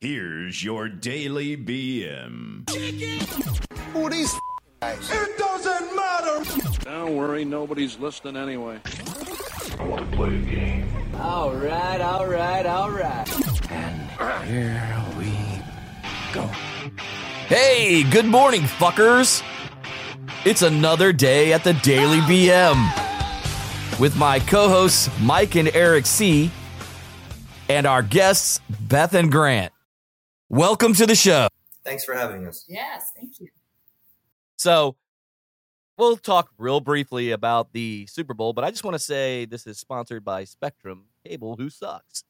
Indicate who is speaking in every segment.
Speaker 1: Here's your daily BM.
Speaker 2: Who are these f- guys? It doesn't matter.
Speaker 3: Don't worry, nobody's listening anyway.
Speaker 4: All right, all right, all right.
Speaker 5: Hey, good morning, fuckers. It's another day at the Daily BM with my co hosts, Mike and Eric C., and our guests, Beth and Grant. Welcome to the show.
Speaker 6: Thanks for having us.
Speaker 7: Yes, thank you.
Speaker 5: So, we'll talk real briefly about the Super Bowl, but I just want to say this is sponsored by Spectrum Cable, who sucks.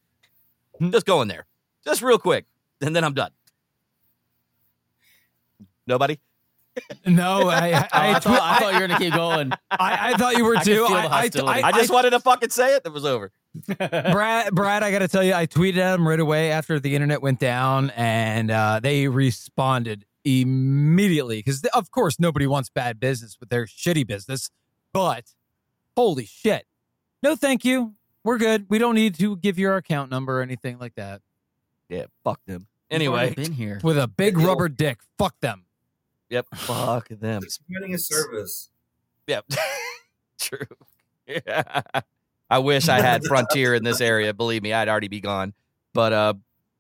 Speaker 5: Just go in there, just real quick, and then I'm done. Nobody?
Speaker 8: No, I, I,
Speaker 9: Oh, I,
Speaker 8: I,
Speaker 9: thought, I thought you were gonna keep going.
Speaker 8: I, I thought you were
Speaker 9: I can
Speaker 8: too.
Speaker 9: feel the
Speaker 8: I, I,
Speaker 9: hostility.
Speaker 5: I just wanted to fucking say it. That was over.
Speaker 8: Brad, Brad, I got to tell you, I tweeted at him right away after the internet went down, and uh, they responded immediately because, of course, nobody wants bad business with their shitty business. But holy shit, no, thank you. We're good. We don't need to give you our account number or anything like that.
Speaker 5: Yeah, fuck them.
Speaker 9: You've already
Speaker 5: Anyway,
Speaker 9: been here.
Speaker 8: With a big rubber dick, fuck them.
Speaker 5: yep, fuck them.
Speaker 6: It's providing a service.
Speaker 5: Yep, true. Yeah. I wish I had Frontier in this area. Believe me, I'd already be gone. But uh,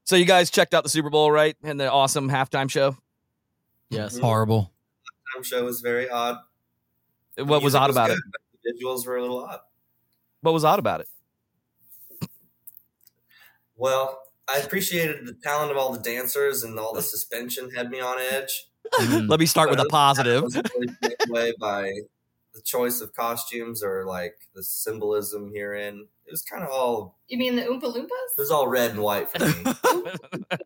Speaker 5: so you guys checked out the Super Bowl, right? And the awesome halftime show.
Speaker 9: Yes.
Speaker 8: Horrible.
Speaker 6: Time show was very odd.
Speaker 5: What was
Speaker 6: Music
Speaker 5: odd about
Speaker 6: good,
Speaker 5: it?
Speaker 6: but The visuals were a little odd.
Speaker 5: What was odd about it?
Speaker 6: Well, I appreciated the talent of all the dancers and all the suspension had me on edge.
Speaker 9: Mm.
Speaker 5: Let me start with a
Speaker 6: Well, I
Speaker 5: positive.
Speaker 6: wasn't really taken away by the choice of costumes or like the symbolism herein. It was kind of all
Speaker 7: You mean the Oompa
Speaker 6: it
Speaker 7: Loompas?
Speaker 6: was all red and white for me.
Speaker 9: Uh,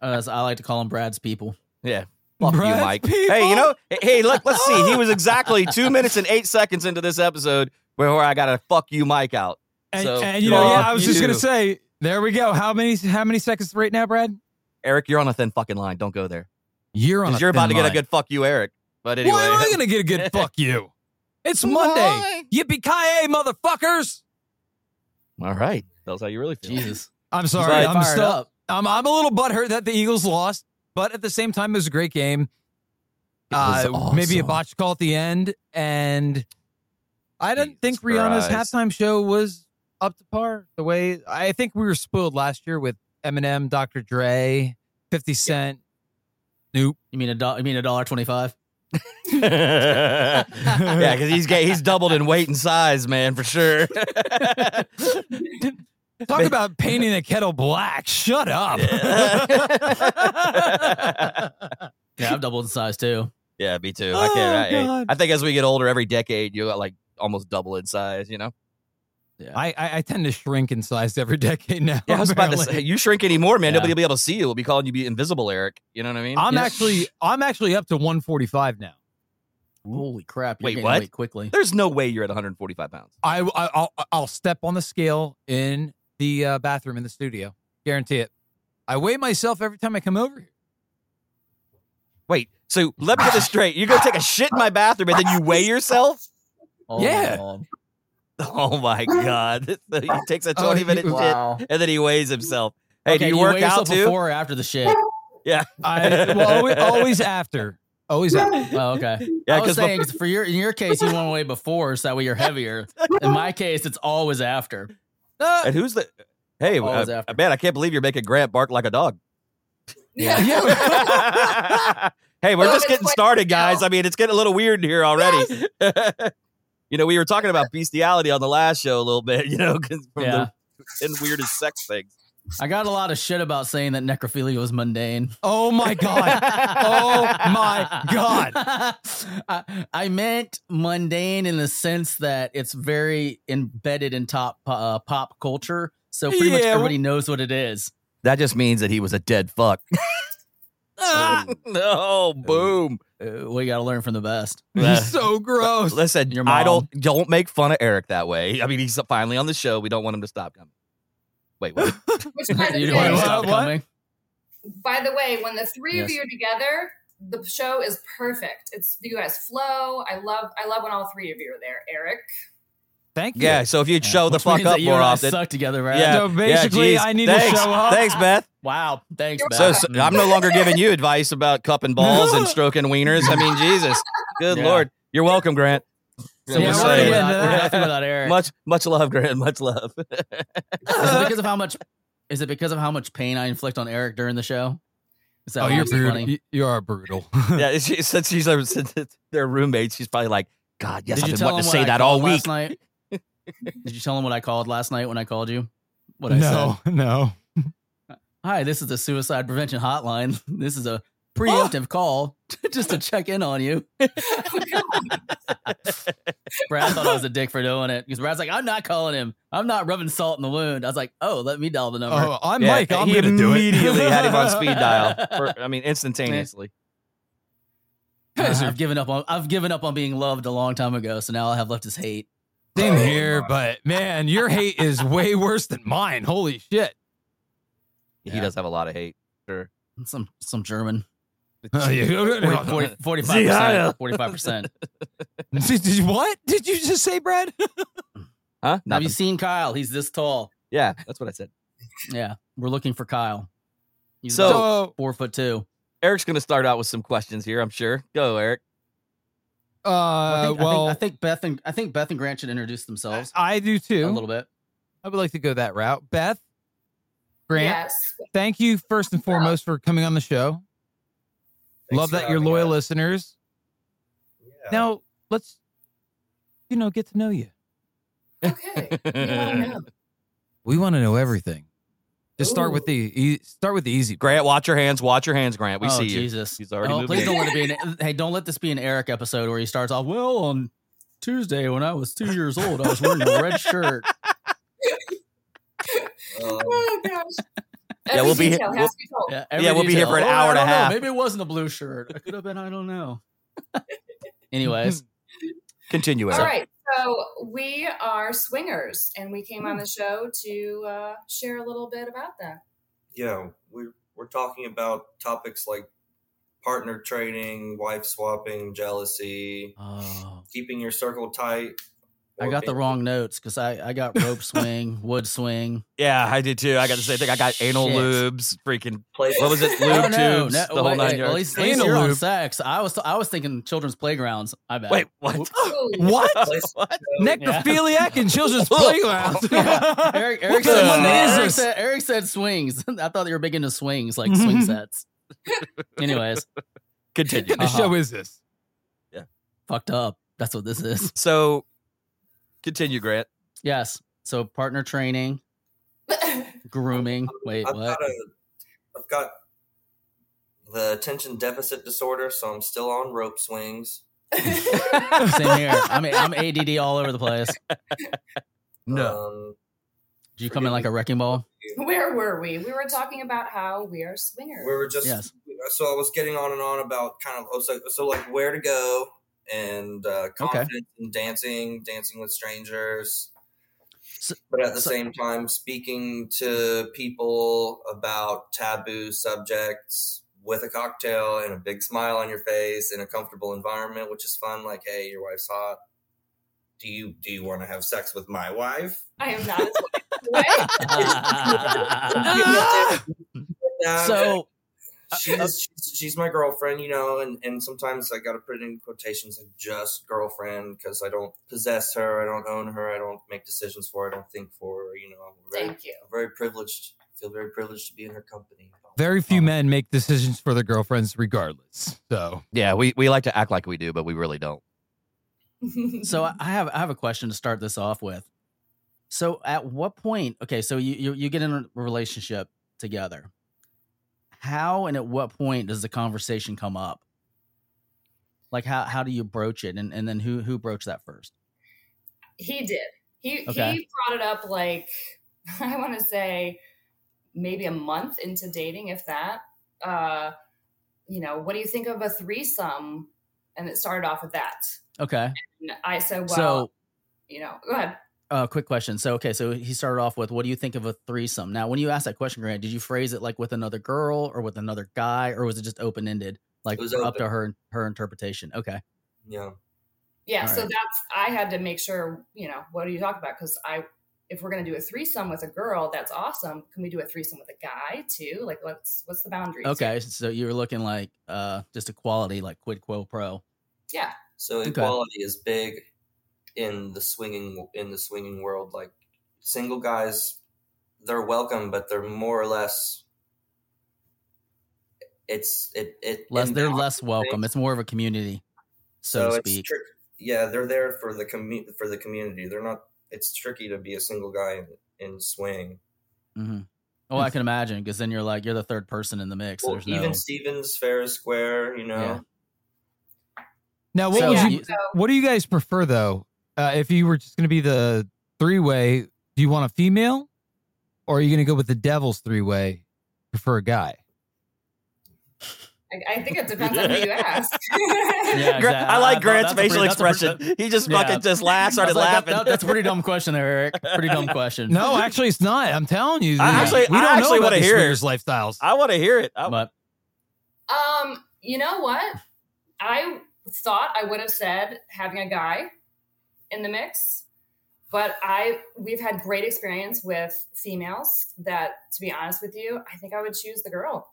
Speaker 9: As I like to call them Brad's people.
Speaker 5: Fuck you,
Speaker 8: Brad's
Speaker 5: Mike.
Speaker 8: people.
Speaker 5: Hey, you know, hey, look, let's see. He was exactly two minutes and eight seconds into this episode where I got to fuck you, Mike, out.
Speaker 8: And,
Speaker 5: So,
Speaker 8: and you know, yeah,
Speaker 5: fuck
Speaker 8: I was just gonna
Speaker 5: you.
Speaker 8: say, there we go. How many? How many seconds right now, Brad?
Speaker 5: Eric, you're on a thin fucking line. Don't go there.
Speaker 8: You're on.
Speaker 5: Because
Speaker 8: a
Speaker 5: you're about
Speaker 8: thin
Speaker 5: to get a
Speaker 8: line.
Speaker 5: good fuck you, Eric. But anyway.
Speaker 8: Why am I going to get a good fuck you? It's Monday. Yippee ki motherfuckers!
Speaker 5: All right. That's how you really feel.
Speaker 9: Jesus.
Speaker 8: I'm sorry.
Speaker 5: He's
Speaker 8: I'm
Speaker 9: Fired
Speaker 8: still.
Speaker 9: up.
Speaker 8: I'm, I'm a little butthurt that the Eagles lost, but at the same time, it was a great game. Uh, Maybe a botched call at the end, and I didn't
Speaker 5: Jesus
Speaker 8: think Rihanna's
Speaker 5: Christ.
Speaker 8: halftime show was up to par. The way I think we were spoiled last year with Eminem, Dr. Dre, 50 Cent.
Speaker 9: You mean a dollar? You mean a dollar twenty-five?
Speaker 5: yeah, because he's ga- he's doubled in weight and size, man, for sure.
Speaker 8: Talk about painting the kettle black. Shut up.
Speaker 9: Yeah, I've doubled in size too.
Speaker 5: yeah, me too. I
Speaker 8: Oh,
Speaker 5: can't. I,
Speaker 8: God.
Speaker 5: I think as we get older, every decade you got like almost double in size. You know.
Speaker 8: I, I, I tend to shrink in size every decade now.
Speaker 5: Yeah, I was about to
Speaker 8: apparently.
Speaker 5: say you shrink anymore, man.
Speaker 9: Yeah.
Speaker 5: Nobody will be able to see you. We'll be calling you be invisible, Eric. You know what I mean?
Speaker 8: I'm
Speaker 9: Yeah.
Speaker 8: actually I'm actually up to 145 now.
Speaker 9: Holy crap! You're
Speaker 5: Wait,
Speaker 9: gaining
Speaker 5: what?
Speaker 9: weight quickly.
Speaker 5: There's no way you're at 145 pounds.
Speaker 8: I, I I'll, I'll step on the scale in the uh, bathroom in the studio. Guarantee it. I weigh myself every time I come over here.
Speaker 5: Wait, so let me get this straight. You're gonna take a shit in my bathroom and then you weigh yourself?
Speaker 9: Oh, my
Speaker 8: Yeah.
Speaker 9: God.
Speaker 5: Oh my god! he takes a 20
Speaker 8: Oh, you-
Speaker 5: minute
Speaker 9: Wow.
Speaker 5: shit and then he weighs himself. Hey,
Speaker 9: Okay,
Speaker 5: do you,
Speaker 9: weigh
Speaker 5: work out
Speaker 9: yourself
Speaker 5: too?
Speaker 9: Before or after the shit?
Speaker 8: I well, always, always after. Always after.
Speaker 9: Oh, okay.
Speaker 5: Yeah,
Speaker 9: I was
Speaker 5: 'cause bef-
Speaker 9: saying 'cause for your in your case you want to weigh before, so that way you're heavier. In my case, it's always after.
Speaker 8: uh,
Speaker 5: And uh, who's the? Hey,
Speaker 9: Always
Speaker 5: uh,
Speaker 9: Oh, after.
Speaker 5: man, I can't believe you're making Grant bark like a dog. hey, we're
Speaker 7: Well,
Speaker 5: just
Speaker 7: it's
Speaker 5: getting
Speaker 7: like-
Speaker 5: started, guys. I mean, it's getting a little weird here already. you know, we were talking about bestiality on the last show a little bit. You know, 'cause from
Speaker 9: Yeah.
Speaker 5: the and weirdest sex things.
Speaker 9: I got a lot of shit about saying that necrophilia was mundane.
Speaker 8: Oh my god. Oh my God.
Speaker 9: I, I meant mundane in the sense that it's very embedded in top uh, pop culture, so pretty much
Speaker 8: Yeah,
Speaker 9: everybody knows what it is.
Speaker 5: That just means that he was a dead fuck.
Speaker 9: Oh,
Speaker 5: no, boom.
Speaker 9: Uh, we got to learn from the best.
Speaker 5: Uh,
Speaker 8: He's so gross.
Speaker 5: Listen,
Speaker 9: Your
Speaker 5: I
Speaker 9: mom.
Speaker 5: don't don't make fun of Eric that way. I mean, he's finally on the show. We don't want him to stop coming. Wait, what?
Speaker 7: Which,
Speaker 9: You
Speaker 7: by the,
Speaker 9: don't wanna
Speaker 8: Wait,
Speaker 7: way,
Speaker 9: stop
Speaker 8: what? What?
Speaker 9: coming.
Speaker 7: by the way, when the three
Speaker 9: Yes.
Speaker 7: of you are together, the show is perfect. It's you guys flow. I love. I love when all three of you are there. Eric,
Speaker 8: Thank you.
Speaker 5: yeah. So if you'd show the
Speaker 9: Which
Speaker 5: fuck
Speaker 9: means
Speaker 5: up
Speaker 9: that you
Speaker 5: more
Speaker 9: and I
Speaker 5: often,
Speaker 9: Suck together, right?
Speaker 5: yeah.
Speaker 8: So basically,
Speaker 5: yeah, geez.
Speaker 8: I need to
Speaker 5: Thanks.
Speaker 8: show up.
Speaker 5: Thanks, Beth.
Speaker 9: Wow. Thanks,
Speaker 7: You're
Speaker 9: Matt.
Speaker 5: So, so I'm no longer giving you advice about cupping balls and stroking wieners. I mean, Jesus, good
Speaker 9: Yeah.
Speaker 5: Lord, you're welcome, Grant.
Speaker 9: Yeah,
Speaker 5: So
Speaker 9: we're
Speaker 5: we'll
Speaker 9: nothing
Speaker 5: say-
Speaker 9: without-
Speaker 8: Yeah.
Speaker 9: we're nothing without Eric.
Speaker 5: Much, much love, Grant. Much love.
Speaker 9: Is it because of how much? Is it because of how much pain I inflict on Eric during the show? Is that
Speaker 8: Oh,
Speaker 9: why
Speaker 8: you're
Speaker 9: it's
Speaker 8: brutal.
Speaker 9: funny?
Speaker 8: You, you are brutal.
Speaker 5: yeah, she, since she's a, since their roommates, she's probably like, God, yes,
Speaker 9: Did you
Speaker 5: I've been
Speaker 9: tell
Speaker 5: wanting
Speaker 9: him
Speaker 5: to
Speaker 9: what
Speaker 5: say
Speaker 9: I
Speaker 5: that all
Speaker 9: called
Speaker 5: week.
Speaker 9: last night? Did you tell him what I called last night when I called you? What I
Speaker 8: no,
Speaker 9: said.
Speaker 8: no.
Speaker 9: Hi, this is the suicide prevention hotline. This is a preemptive call just to check in on you. Brad thought I was a dick for doing it because Brad's like, I'm not calling him. I'm not rubbing salt in the wound. I was like, oh, let me dial the number.
Speaker 8: Oh, I'm
Speaker 5: Yeah,
Speaker 8: Mike. I'm
Speaker 5: he
Speaker 8: gonna do it.
Speaker 5: immediately had him on speed dial. for- I mean, instantaneously.
Speaker 9: Uh, I've given up on I've given up on being loved a long time ago, so now all I have left is hate.
Speaker 8: Same
Speaker 6: Oh,
Speaker 8: here,
Speaker 6: my.
Speaker 8: but man, your hate is way worse than mine. Holy shit!
Speaker 5: He
Speaker 9: Yeah.
Speaker 5: does have a lot of hate. Sure.
Speaker 9: Some some German.
Speaker 8: Oh, yeah.
Speaker 9: 45
Speaker 5: See, I-
Speaker 9: percent. Forty five percent.
Speaker 8: Did you- what did you just say, Brad?
Speaker 5: Huh?
Speaker 9: Have you
Speaker 5: Nothing.
Speaker 9: seen Kyle? He's this tall.
Speaker 5: yeah, that's what I said.
Speaker 9: Yeah. We're looking for Kyle. He's
Speaker 5: So-
Speaker 9: about
Speaker 8: So,
Speaker 9: four foot two.
Speaker 5: Eric's going to start out with some questions here, I'm sure. Go, Eric.
Speaker 9: I,
Speaker 8: uh,
Speaker 9: think, I think-
Speaker 8: well,
Speaker 9: I think Beth and I think Beth and Grant should introduce themselves
Speaker 8: I do
Speaker 9: a
Speaker 8: too.
Speaker 9: little bit.
Speaker 8: I would like to go that route. Beth, Grant,
Speaker 7: Yes.
Speaker 8: thank you first and foremost for coming on the show.
Speaker 6: Thanks
Speaker 8: Love
Speaker 6: for
Speaker 8: that you're
Speaker 6: having
Speaker 8: loyal
Speaker 6: us.
Speaker 8: listeners.
Speaker 6: Yeah.
Speaker 8: Now let's, you know, get to know you.
Speaker 7: Okay. We wanna know.
Speaker 8: We want to know everything. Just start with the e- start with the easy.
Speaker 5: Grant, watch your hands. Watch your hands, Grant. We
Speaker 9: oh,
Speaker 5: see you.
Speaker 9: Jesus.
Speaker 5: He's already
Speaker 9: oh,
Speaker 5: moving
Speaker 9: please
Speaker 5: in.
Speaker 9: don't let it be an hey, don't let this be an Eric episode where he starts off, well, on Tuesday when I was two years old, I was wearing a red shirt.
Speaker 6: Um,
Speaker 7: Oh gosh.
Speaker 5: Yeah, we'll be here-
Speaker 7: detail
Speaker 5: we'll-
Speaker 7: has to be told.
Speaker 9: Yeah, every
Speaker 5: Yeah, we'll be here
Speaker 9: detail.
Speaker 5: for an
Speaker 9: "Oh,
Speaker 5: hour
Speaker 9: I
Speaker 5: and a
Speaker 9: don't know.
Speaker 5: half."
Speaker 9: Maybe it wasn't a blue shirt. It could have been, I don't know. Anyways,
Speaker 5: Continue, Eric.
Speaker 7: All right. So we are swingers, and we came on the show to uh, share a little bit about that.
Speaker 6: yeah, we're we're talking about topics like partner trading, wife swapping, jealousy,
Speaker 9: oh,
Speaker 6: keeping your circle tight.
Speaker 9: I got the
Speaker 6: warping-
Speaker 9: wrong notes because I, I got rope swing, wood swing.
Speaker 5: Yeah, I did too. I got the same thing. I got anal
Speaker 9: Shit.
Speaker 5: lubes. Freaking.
Speaker 6: Play-
Speaker 5: What was it? Lube
Speaker 9: No, no,
Speaker 5: tubes.
Speaker 9: no,
Speaker 5: the whole
Speaker 9: wait,
Speaker 5: nine
Speaker 9: wait, At
Speaker 5: yards.
Speaker 9: least, at least
Speaker 8: Anal
Speaker 9: you're on
Speaker 8: lube.
Speaker 9: sex. I was I was thinking children's playgrounds. I bet.
Speaker 5: Wait, what?
Speaker 7: Ooh,
Speaker 8: What?
Speaker 6: Place-
Speaker 5: what?
Speaker 8: Necrophiliac in children's playground.
Speaker 9: Eric,
Speaker 8: What
Speaker 9: Eric,
Speaker 8: the
Speaker 9: said,
Speaker 5: fuck
Speaker 9: Eric
Speaker 5: is
Speaker 8: this?
Speaker 9: said- Eric said swings. I thought you were big into swings, like swing sets. Anyways,
Speaker 8: what
Speaker 5: Continue.
Speaker 8: kind of show is this?
Speaker 9: fucked up. That's what this is.
Speaker 5: So, continue, Grant.
Speaker 9: Yes. So partner training, grooming. Wait,
Speaker 6: I've
Speaker 9: what?
Speaker 6: got a, I've got the attention deficit disorder, so I'm still on rope swings.
Speaker 9: Same here. I'm I'm ADD all over the place.
Speaker 6: No,
Speaker 9: Did you come in like a wrecking ball?
Speaker 7: Where were we? We were talking about how we are
Speaker 6: we
Speaker 7: swingers.
Speaker 6: were just
Speaker 9: Yes.
Speaker 6: so I was getting on and on about kind of oh, so, so like where to go and uh, confidence in dancing, dancing with strangers,
Speaker 9: So-
Speaker 6: but at the
Speaker 9: so-
Speaker 6: same time speaking to people about taboo subjects with a cocktail and a big smile on your face in a comfortable environment, which is fun. Like, hey, your wife's hot. Do you do you want to have sex with my wife?
Speaker 7: I am not. A what?
Speaker 5: Ah!
Speaker 6: Yeah,
Speaker 9: so
Speaker 6: she's, she's she's my girlfriend, you know, and and sometimes I gotta put in quotations like just girlfriend because I don't possess her, I don't own her, I don't make decisions for her, I don't think for her, you know. I'm very,
Speaker 7: Thank you.
Speaker 6: I'm very privileged. feel very privileged to be in her company. Um,
Speaker 8: Very few men make decisions for their girlfriends, regardless. So
Speaker 5: Yeah, we, we like to act like we do, but we really don't.
Speaker 9: so I I have I have a question to start this off with. So at what point? Okay, so you you, you get in a relationship together. How and at what point does the conversation come up? Like how how do you broach it, and and then who who broached that first?
Speaker 7: He did. He
Speaker 9: Okay.
Speaker 7: he brought it up like I want to say maybe a month into dating, if that. Uh, you know, what do you think of a threesome? And it started off with that.
Speaker 9: Okay,
Speaker 7: And I said, well,
Speaker 9: so
Speaker 7: you know, go ahead.
Speaker 9: uh, quick question. So okay, so he started off with, "What do you think of a threesome?" Now, when you asked that question, Grant, did you phrase it like with another girl or with another guy, or was it just open ended, like
Speaker 6: was
Speaker 9: up
Speaker 6: open.
Speaker 9: to her her interpretation? Okay,
Speaker 6: Yeah.
Speaker 7: Yeah.
Speaker 9: All
Speaker 7: So
Speaker 9: right.
Speaker 7: that's I had to make sure. You know, what do you talk about? Because I if we're going to do a threesome with a girl, that's awesome. Can we do a threesome with a guy too? Like, what's what's the boundary?
Speaker 9: Okay, so you were looking like uh just equality, like quid quo pro.
Speaker 7: Yeah.
Speaker 6: So equality is big in the swinging in the swinging world. Like single guys, they're welcome, but they're more or less. It's it it
Speaker 9: Less, they're
Speaker 6: imbalances
Speaker 9: less welcome.
Speaker 6: things.
Speaker 9: It's more of a community, so, to
Speaker 6: it's
Speaker 9: speak.
Speaker 6: trick- yeah, they're there for the commu- for the community. They're not. It's tricky to be a single guy in, in swing.
Speaker 9: hmm Well, I can imagine because then you're like you're the third person in the mix.
Speaker 6: Well,
Speaker 9: There's no
Speaker 6: even Stevens, fair is square, you know.
Speaker 9: Yeah.
Speaker 8: Now, what
Speaker 9: So
Speaker 8: would
Speaker 7: yeah,
Speaker 8: you?
Speaker 7: so
Speaker 8: What do you guys prefer though? Uh, if you were just going to be the three way, do you want a female, or are you going to go with the devil's three way? Prefer a guy.
Speaker 7: I, I think it depends on who you ask.
Speaker 9: Yeah,
Speaker 5: Gra-
Speaker 9: exactly.
Speaker 5: I like
Speaker 9: I- I-
Speaker 5: Grant's
Speaker 9: that's a pretty-
Speaker 5: facial
Speaker 9: that's a pretty-
Speaker 5: expression. he just
Speaker 9: yeah.
Speaker 5: fucking just laughed, started
Speaker 9: I was like, that-
Speaker 5: laughing.
Speaker 9: that- that's a pretty dumb question there, Eric. Pretty dumb question.
Speaker 8: No, actually, it's not. I'm telling you.
Speaker 5: I
Speaker 8: we-
Speaker 5: actually-
Speaker 8: we
Speaker 5: I
Speaker 8: don't
Speaker 5: actually
Speaker 8: know about
Speaker 5: wanna
Speaker 8: these
Speaker 5: hear it.
Speaker 8: swingers' lifestyles.
Speaker 5: I want to hear it. I-
Speaker 9: but
Speaker 7: Um, you know what? I thought I would have said having a guy in the mix, but I we've had great experience with females that to be honest with you, I think I would choose the girl.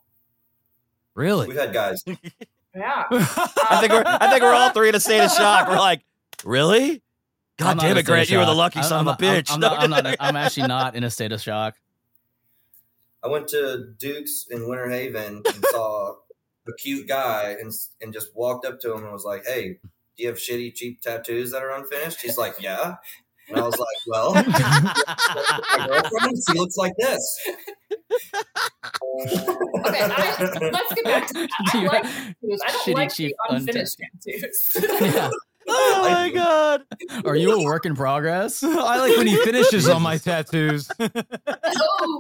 Speaker 8: really?
Speaker 6: We've had guys.
Speaker 7: Yeah.
Speaker 5: I think we're I think we're all three in a state of shock. We're like, really?
Speaker 9: I'm
Speaker 5: God
Speaker 9: not
Speaker 5: damn
Speaker 9: in a
Speaker 5: it,
Speaker 9: state of
Speaker 5: Grant! You were the
Speaker 9: shock.
Speaker 5: lucky
Speaker 9: I'm-
Speaker 5: son
Speaker 9: I'm-
Speaker 5: of a bitch.
Speaker 9: I'm, I'm
Speaker 5: No,
Speaker 9: not, I'm, not, I'm actually not in a state of shock.
Speaker 6: I went to Duke's in Winter Haven and saw a cute guy and and just walked up to him and was like, "Hey, do you have shitty cheap tattoos that are unfinished?" He's like, "Yeah." And I was like, "Well, my girlfriend, she looks like this."
Speaker 7: Um, Okay, I, let's get back to that. I like tattoos. I don't
Speaker 9: Shitty
Speaker 7: like
Speaker 9: chief
Speaker 7: the unfinished tattoos.
Speaker 9: Yeah.
Speaker 5: oh my god!
Speaker 9: Are you a work in progress?
Speaker 8: I like when he finishes on my tattoos.
Speaker 7: oh,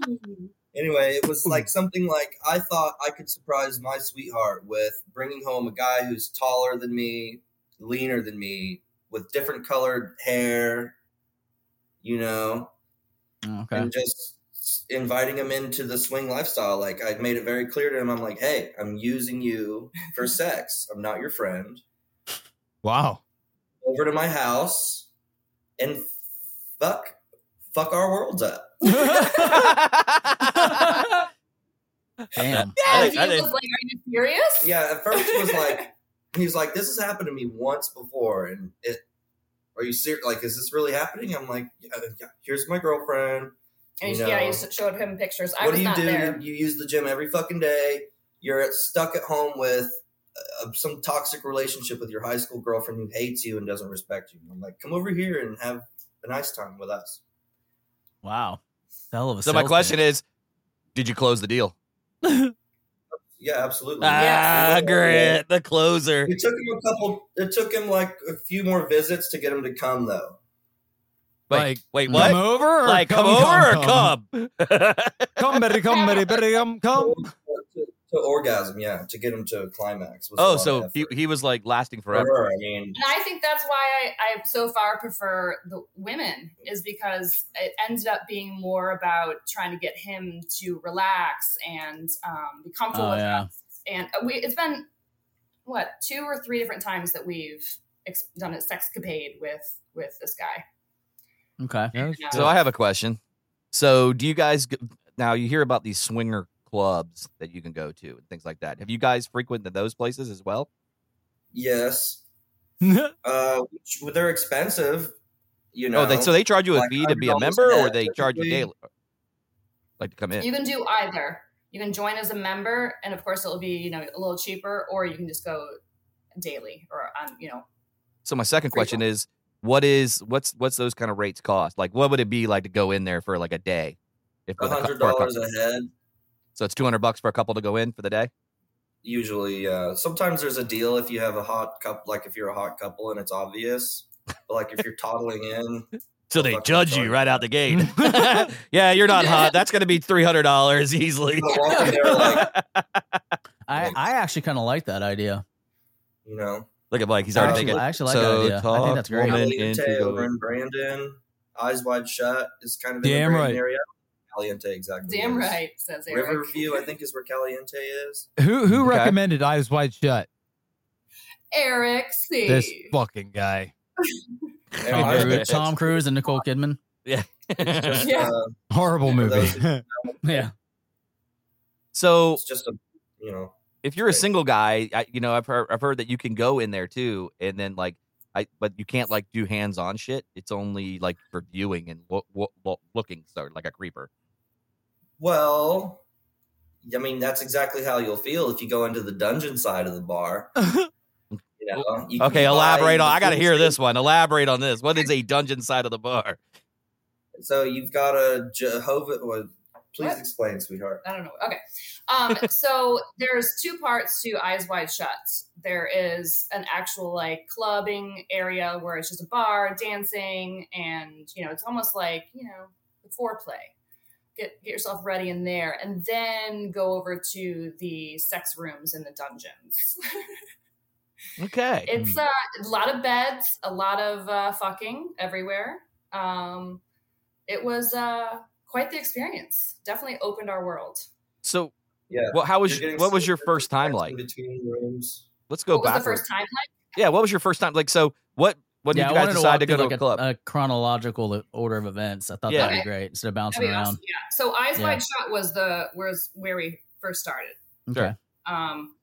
Speaker 6: Anyway, it was like something like I thought I could surprise my sweetheart with bringing home a guy who's taller than me, leaner than me, with different colored hair, you know,
Speaker 9: Okay.
Speaker 6: and just inviting him into the swing lifestyle. Like I made it very clear to him, I'm like, hey, I'm using you for sex. I'm not your friend.
Speaker 8: Wow.
Speaker 6: Over to my house and fuck, fuck our worlds up.
Speaker 9: Damn.
Speaker 5: I
Speaker 7: yeah,
Speaker 5: think-
Speaker 7: he
Speaker 5: I
Speaker 7: was
Speaker 5: think-
Speaker 7: like, "Are you serious?"
Speaker 6: Yeah, at first it was like he was like, "This has happened to me once before," and it. Are you serious? Like, is this really happening? I'm like, yeah, uh, yeah, here's my girlfriend.
Speaker 7: And
Speaker 6: You
Speaker 7: yeah,
Speaker 6: know.
Speaker 7: you s- showed him pictures. I
Speaker 6: what
Speaker 7: was
Speaker 6: do you
Speaker 7: not
Speaker 6: do?
Speaker 7: there.
Speaker 6: You, you use the gym every fucking day. You're at, stuck at home with uh, some toxic relationship with your high school girlfriend who hates you and doesn't respect you. I'm like, come over here and have a nice time with us.
Speaker 9: Wow. Hell of a
Speaker 5: So my question is, did you close the deal?
Speaker 6: Yeah, absolutely.
Speaker 5: Ah, Grant, the closer.
Speaker 6: It took him a couple. It took him like a few more visits to get him to come, though.
Speaker 5: Wait, wait,
Speaker 8: Come
Speaker 5: what?
Speaker 8: over? Or
Speaker 5: Like, come over or come?
Speaker 8: Come, Betty, come, Betty, Betty, come, come.
Speaker 6: to, to orgasm, yeah, to get him to climax. was a lot
Speaker 5: Oh,
Speaker 6: of
Speaker 5: so
Speaker 6: effort.
Speaker 5: he he was like lasting
Speaker 6: For
Speaker 5: forever.
Speaker 6: her, I mean,
Speaker 7: And I think that's why I, I so far prefer the women is because it ended up being more about trying to get him to relax and um, be comfortable
Speaker 9: Oh,
Speaker 7: with
Speaker 9: yeah.
Speaker 7: us. And we, it's been what two or three different times that we've ex- done a sexcapade with with this guy. uh,
Speaker 9: Okay.
Speaker 7: Yeah.
Speaker 5: So I have a question. So do you guys g- now you hear about these swinger clubs that you can go to and things like that? Have you guys frequented those places as well?
Speaker 6: yes, uh, which- well, they're expensive, you know.
Speaker 5: Oh, they so they charge you a
Speaker 6: Like,
Speaker 5: fee to be a
Speaker 6: $100
Speaker 5: member, or
Speaker 6: net,
Speaker 5: they charge you daily,
Speaker 6: typically.
Speaker 5: like to come in.
Speaker 7: You can do either. You can join as a member, and of course, it'll be you know a little cheaper, or you can just go daily or on you know
Speaker 5: So my second
Speaker 7: Free
Speaker 5: question is, what is what's what's those kind of rates cost? Like, what would it be like to go in there for like a day? If with a cou-
Speaker 6: hundred
Speaker 5: for a
Speaker 6: dollars
Speaker 5: couple?
Speaker 6: a head
Speaker 5: so it's two hundred bucks for a couple to go in for the day.
Speaker 6: usually. Uh, sometimes there's a deal if you have a hot couple, like if you're a hot couple and it's obvious. But like if you're toddling in,
Speaker 5: So
Speaker 6: they judge you right
Speaker 5: out the gate. yeah, you're not hot. That's going to be three hundred dollars easily.
Speaker 6: you're walking there like
Speaker 9: I, I actually kind of like that idea.
Speaker 6: you know,
Speaker 5: Look at Mike; he's
Speaker 9: I
Speaker 5: already
Speaker 9: actually-
Speaker 5: thinking.
Speaker 9: I actually like
Speaker 5: so
Speaker 9: that idea. I
Speaker 5: Talk
Speaker 9: think that's great.
Speaker 5: Woman
Speaker 6: Caliente
Speaker 5: into
Speaker 6: over
Speaker 5: the,
Speaker 6: in Brandon, eyes wide shut is kind of in
Speaker 8: Damn
Speaker 6: the Brandon
Speaker 8: right.
Speaker 6: area. Caliente, exactly.
Speaker 7: damn
Speaker 6: is.
Speaker 7: right says Eric.
Speaker 6: Riverview, I think, is where Caliente is.
Speaker 8: Who who
Speaker 5: Okay.
Speaker 8: recommended Eyes Wide Shut?
Speaker 7: Eric C.
Speaker 8: This fucking guy.
Speaker 6: And
Speaker 9: Tom
Speaker 6: I-
Speaker 9: Cruise, Tom Cruise and Nicole Kidman.
Speaker 6: It's just,
Speaker 7: Yeah.
Speaker 6: uh,
Speaker 8: Horrible
Speaker 6: For
Speaker 8: movie.
Speaker 6: those who-
Speaker 9: Yeah.
Speaker 5: So
Speaker 6: it's just a, you know,
Speaker 5: if you're a
Speaker 6: Right.
Speaker 5: single guy, I, you know, I've heard, I've heard that you can go in there too, and then like, I but you can't like do hands on shit. It's only like for viewing and lo- lo- lo- looking, so like a creeper.
Speaker 6: well, I mean, that's exactly how you'll feel if you go into the dungeon side of the bar. You know, you
Speaker 5: Okay,
Speaker 6: can buy
Speaker 5: elaborate on. I got to
Speaker 6: the
Speaker 5: hear this one. Elaborate on this. What is a dungeon side of the bar?
Speaker 6: So you've got a Jehovah. Well, please
Speaker 7: What?
Speaker 6: explain, sweetheart.
Speaker 7: I don't know. Okay. Um, so there's two parts to Eyes Wide Shut. There is an actual like clubbing area where it's just a bar, dancing, and you know, it's almost like, you know, the foreplay. Get get yourself ready in there and then go over to the sex rooms in the dungeons.
Speaker 5: Okay,
Speaker 7: it's uh, a lot of beds, a lot of uh, fucking everywhere. Um, it was uh, quite the experience. Definitely opened our world.
Speaker 5: so
Speaker 6: Yeah.
Speaker 5: well, how was
Speaker 6: You're getting
Speaker 5: what was your
Speaker 6: sleep
Speaker 5: first time
Speaker 6: in
Speaker 5: like?
Speaker 6: Between rooms.
Speaker 5: Let's go
Speaker 7: what was
Speaker 5: back.
Speaker 7: the first time
Speaker 5: Yeah, what was your first time like? So what? What did
Speaker 9: yeah,
Speaker 5: you
Speaker 9: I
Speaker 5: guys
Speaker 9: wanted
Speaker 5: decide to,
Speaker 9: walk
Speaker 5: go to
Speaker 9: through,
Speaker 5: a
Speaker 9: like
Speaker 5: club?
Speaker 9: A, chronological order of events. I thought
Speaker 5: Yeah.
Speaker 9: that'd be great instead of bouncing
Speaker 7: That'd be
Speaker 9: around.
Speaker 7: awesome. Yeah. So Eyes
Speaker 9: Yeah.
Speaker 7: Wide Shut was the was where we first started.
Speaker 9: Okay.
Speaker 5: Sure.
Speaker 7: Um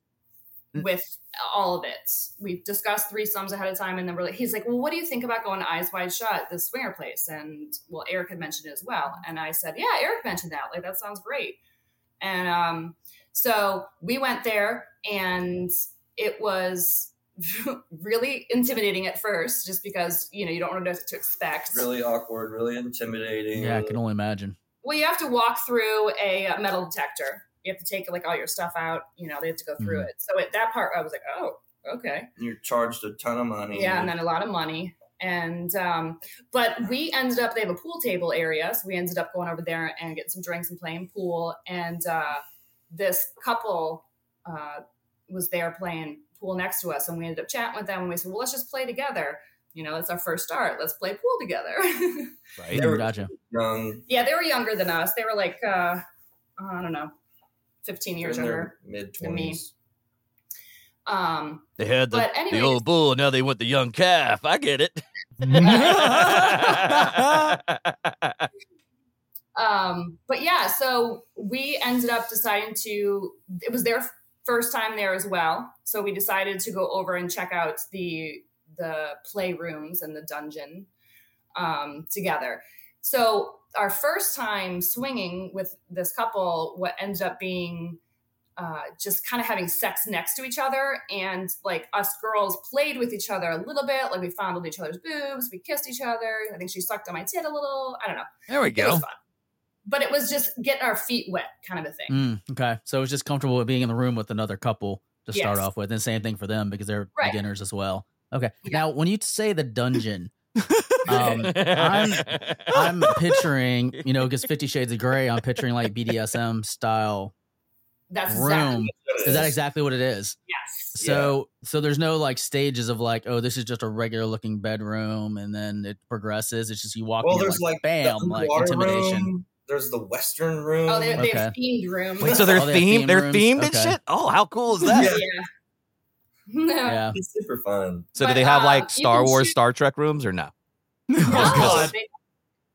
Speaker 7: with all of it. We discussed threesomes ahead of time and then we're like he's like, Well, what do you think about going to Eyes Wide Shut, the swinger place? And well, Eric had mentioned it as well. And I said, Yeah, Eric mentioned that. Like that sounds great. And um so we went there and it was really intimidating at first just because you know you don't know what to expect
Speaker 6: Really awkward. Really intimidating.
Speaker 9: Yeah, I can only imagine.
Speaker 7: Well, you have to walk through a uh, metal detector. You have to take like all your stuff out. You know, they have to go through
Speaker 9: Mhm.
Speaker 7: it. So at that part, I was like, oh, okay,
Speaker 6: You're charged a ton of money.
Speaker 7: yeah, and then a lot of money. And um, but we ended up they have a pool table area, so we ended up going over there and getting some drinks and playing pool. And uh, this couple uh, was there playing pool next to us, and we ended up chatting with them. And we said, well, let's just play together. You know, that's our first start. Let's play pool together.
Speaker 5: Right.
Speaker 6: They were
Speaker 9: Gotcha.
Speaker 6: young,
Speaker 7: Yeah, they were younger than us. They were like, uh, I don't know, 15 years
Speaker 6: in
Speaker 7: younger.
Speaker 6: their mid
Speaker 7: than me.
Speaker 6: twenties.
Speaker 7: Um,
Speaker 5: They had
Speaker 7: but anyway,
Speaker 5: bull. Now they want the young calf. I get it.
Speaker 7: um, but yeah, so we ended up deciding to, it was their first time there as well. So we decided to go over and check out the, the playrooms and the dungeon, um, together. So our first time swinging with this couple, what ended up being uh, just kind of having sex next to each other, and like us girls played with each other a little bit. Like we fondled each other's boobs, we kissed each other. I think she sucked on my tit a little. I don't know.
Speaker 8: There we
Speaker 7: It was
Speaker 8: go.
Speaker 7: fun, but it was just getting our feet wet kind of a thing.
Speaker 9: Mm, okay. So it was just comfortable with being in the room with another couple to start
Speaker 7: Yes.
Speaker 9: off with. And same thing for them because they're
Speaker 7: Right.
Speaker 9: beginners as well. Okay.
Speaker 7: Yeah.
Speaker 9: Now, when you say the dungeon, um, I'm picturing, you know, because Fifty Shades of Grey, I'm picturing like BDSM style
Speaker 7: That's exactly
Speaker 9: room. Is that exactly what it is?
Speaker 7: yes.
Speaker 9: So, so there's no like stages of like, oh, this is just a regular looking bedroom, and then it progresses. It's just you walk.
Speaker 6: Well,
Speaker 9: in, you're
Speaker 6: there's like,
Speaker 9: bam,
Speaker 6: the
Speaker 9: like
Speaker 6: underwater
Speaker 9: intimidation.
Speaker 6: Room, there's the western room.
Speaker 7: Oh, they, they have
Speaker 9: Okay.
Speaker 7: themed rooms.
Speaker 5: Wait, so they're
Speaker 9: Oh, they have
Speaker 5: themed.
Speaker 9: theme
Speaker 5: they're
Speaker 9: rooms?
Speaker 5: themed and
Speaker 9: Okay.
Speaker 5: shit. Oh, how cool is that?
Speaker 6: Yeah.
Speaker 7: no.
Speaker 9: Yeah.
Speaker 6: It's super fun.
Speaker 5: So do
Speaker 7: But,
Speaker 5: they have
Speaker 7: uh,
Speaker 5: like
Speaker 7: you
Speaker 5: Star
Speaker 7: can
Speaker 5: Wars,
Speaker 7: shoot-
Speaker 5: Star Trek rooms or no?
Speaker 9: Oh,
Speaker 7: No,
Speaker 5: God.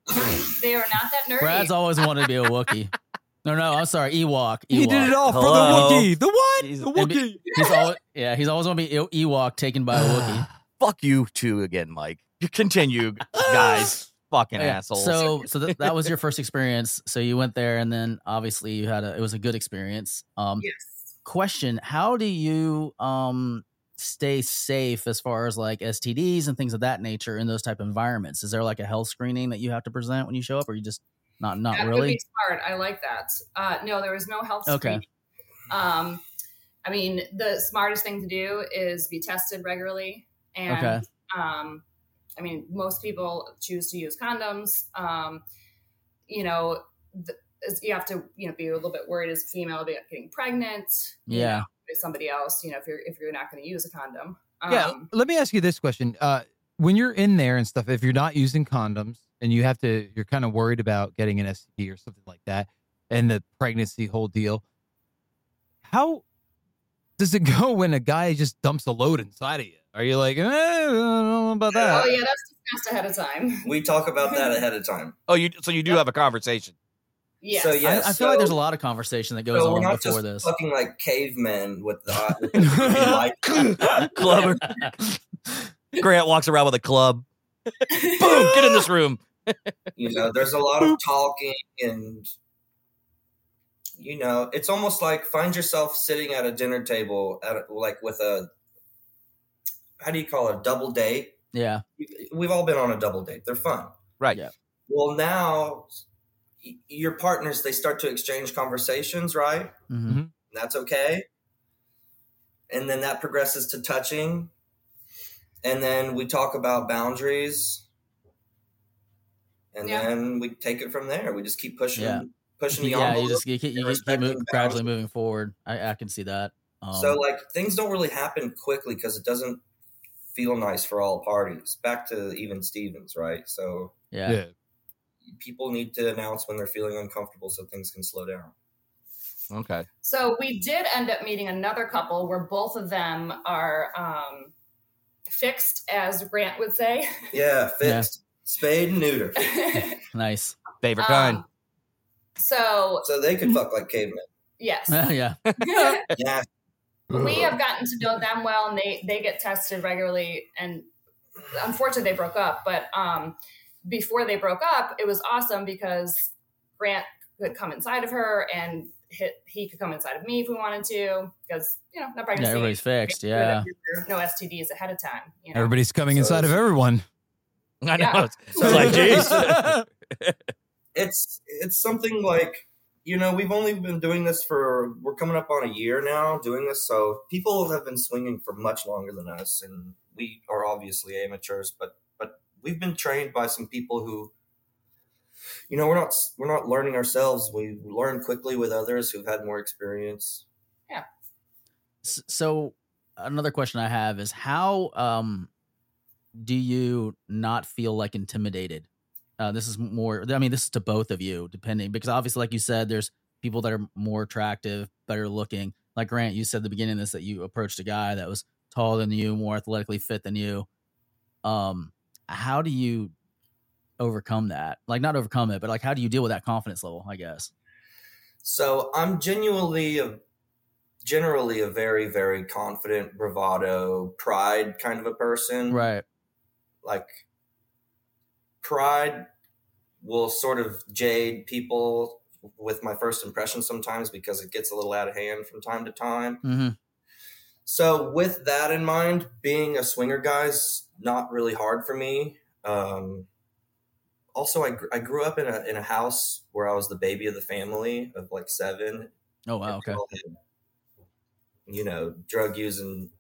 Speaker 7: They, they are not that nerdy.
Speaker 9: Brad's always wanted to be a Wookiee. No, no, I'm sorry, Ewok. Ewok.
Speaker 8: He did it all
Speaker 5: Hello?
Speaker 8: for the Wookiee. The what?
Speaker 5: Jesus.
Speaker 8: The Wookiee.
Speaker 9: He's always, yeah, he's always going to be E-, Ewok taken by a Wookiee.
Speaker 5: Fuck you two again, Mike. You Continue, guys. Fucking
Speaker 9: Yeah.
Speaker 5: assholes.
Speaker 9: So, so th- that was your first experience. So you went there, and then obviously you had a. It was a good experience. Um,
Speaker 7: Yes.
Speaker 9: question: How do you um stay safe as far as like STDs and things of that nature in those type of environments? Is there like a health screening that you have to present when you show up, or you just not not
Speaker 7: that would
Speaker 9: really?
Speaker 7: be smart. I like that. Uh, no, there was no health
Speaker 9: Okay.
Speaker 7: screening. Um, I mean, the smartest thing to do is be tested regularly, and
Speaker 9: Okay.
Speaker 7: um, I mean, most people choose to use condoms. Um, you know, the, you have to you know be a little bit worried as a female about getting pregnant. you
Speaker 9: Yeah.
Speaker 7: know, with somebody else. You know, if you're if you're not going to use a condom. Um,
Speaker 8: Yeah. Let me ask you this question. Uh, when you're in there and stuff, if you're not using condoms and you have to, you're kind of worried about getting an STD or something like that, and the pregnancy whole deal. How does it go when a guy just dumps a load inside of you? Are you like, eh, I don't know about that?
Speaker 6: uh,
Speaker 7: Oh yeah, that's discussed ahead of time.
Speaker 6: We talk about that ahead of time.
Speaker 5: Oh, you so you do have a conversation.
Speaker 7: Yes.
Speaker 6: So yeah,
Speaker 9: I, I feel like there's a lot of conversation that goes
Speaker 6: so we're
Speaker 9: on
Speaker 6: not
Speaker 9: before
Speaker 6: just
Speaker 9: this.
Speaker 6: fucking like cavemen with the with the-
Speaker 5: Clubber. Grant walks around with a club. Boom! Get in this room.
Speaker 6: you know there's a lot of talking and you know it's almost like find yourself sitting at a dinner table at a, like with a how do you call it a double date
Speaker 9: yeah.
Speaker 6: we've all been on a double date they're fun
Speaker 5: Right.
Speaker 9: Yeah.
Speaker 6: well now y- your partners they start to exchange conversations right
Speaker 9: Mhm.
Speaker 6: that's okay and then that progresses to touching and then we talk about boundaries and
Speaker 7: Yeah.
Speaker 6: then we take it from there we just keep pushing
Speaker 9: Yeah.
Speaker 6: pushing the
Speaker 9: Yeah,
Speaker 6: envelope
Speaker 9: you just you keep,
Speaker 6: and
Speaker 9: you keep- keep
Speaker 6: respecting
Speaker 9: move, gradually
Speaker 6: boundaries.
Speaker 9: moving forward. I, I can see that. Um,
Speaker 6: so like things don't really happen quickly because it doesn't feel nice for all parties back to even stevens right so
Speaker 9: yeah.
Speaker 6: people need to announce when they're feeling uncomfortable so things can slow down
Speaker 5: Okay.
Speaker 7: So we did end up meeting another couple where both of them are um, fixed, as Grant would say.
Speaker 6: yeah fixed spade and neuter
Speaker 9: nice.
Speaker 5: Favorite kind.
Speaker 7: Um, so
Speaker 6: so they could fuck like cavemen
Speaker 7: yes,
Speaker 9: yeah,
Speaker 6: yeah
Speaker 7: we have gotten to know them well, and they they get tested regularly. And unfortunately, they broke up. But um, before they broke up, it was awesome because Grant could come inside of her, and he, he could come inside of me if we wanted to, because you know, not
Speaker 9: yeah,
Speaker 7: pregnancy.
Speaker 9: everybody's fixed. Yeah,
Speaker 7: no STDs ahead of time. You know?
Speaker 8: Everybody's coming
Speaker 6: So
Speaker 8: inside of
Speaker 6: it's-
Speaker 8: everyone.
Speaker 5: I know.
Speaker 7: yeah.
Speaker 5: It's, it's like, geez.
Speaker 6: it's it's something like you know we've only been doing this for we're coming up on a year now doing this so people have been swinging for much longer than us and we are obviously amateurs but but we've been trained by some people who you know we're not we're not learning ourselves we learn quickly with others who've had more experience
Speaker 9: S- So another question I have is how um do you not feel like intimidated? Uh, this is more. I mean, this is to both of you, depending because obviously, like you said, there's people that are more attractive, better looking. Like Grant, you said at the beginning of this that you approached a guy that was taller than you, more athletically fit than you. Um, how do you overcome that? Like, not overcome it, but like, how do you deal with that confidence level? I guess.
Speaker 6: So I'm genuinely a generally a very very confident bravado pride kind of a person
Speaker 9: Right.
Speaker 6: like pride will sort of jade people with my first impression sometimes because it gets a little out of hand from time to time.
Speaker 9: Mm-hmm.
Speaker 6: So with that in mind, being a swinger guy's not really hard for me. Um, also, I, gr- I grew up in a in a house where I was the baby of the family of like seven.
Speaker 9: Oh wow. Okay.
Speaker 6: You know, drug using,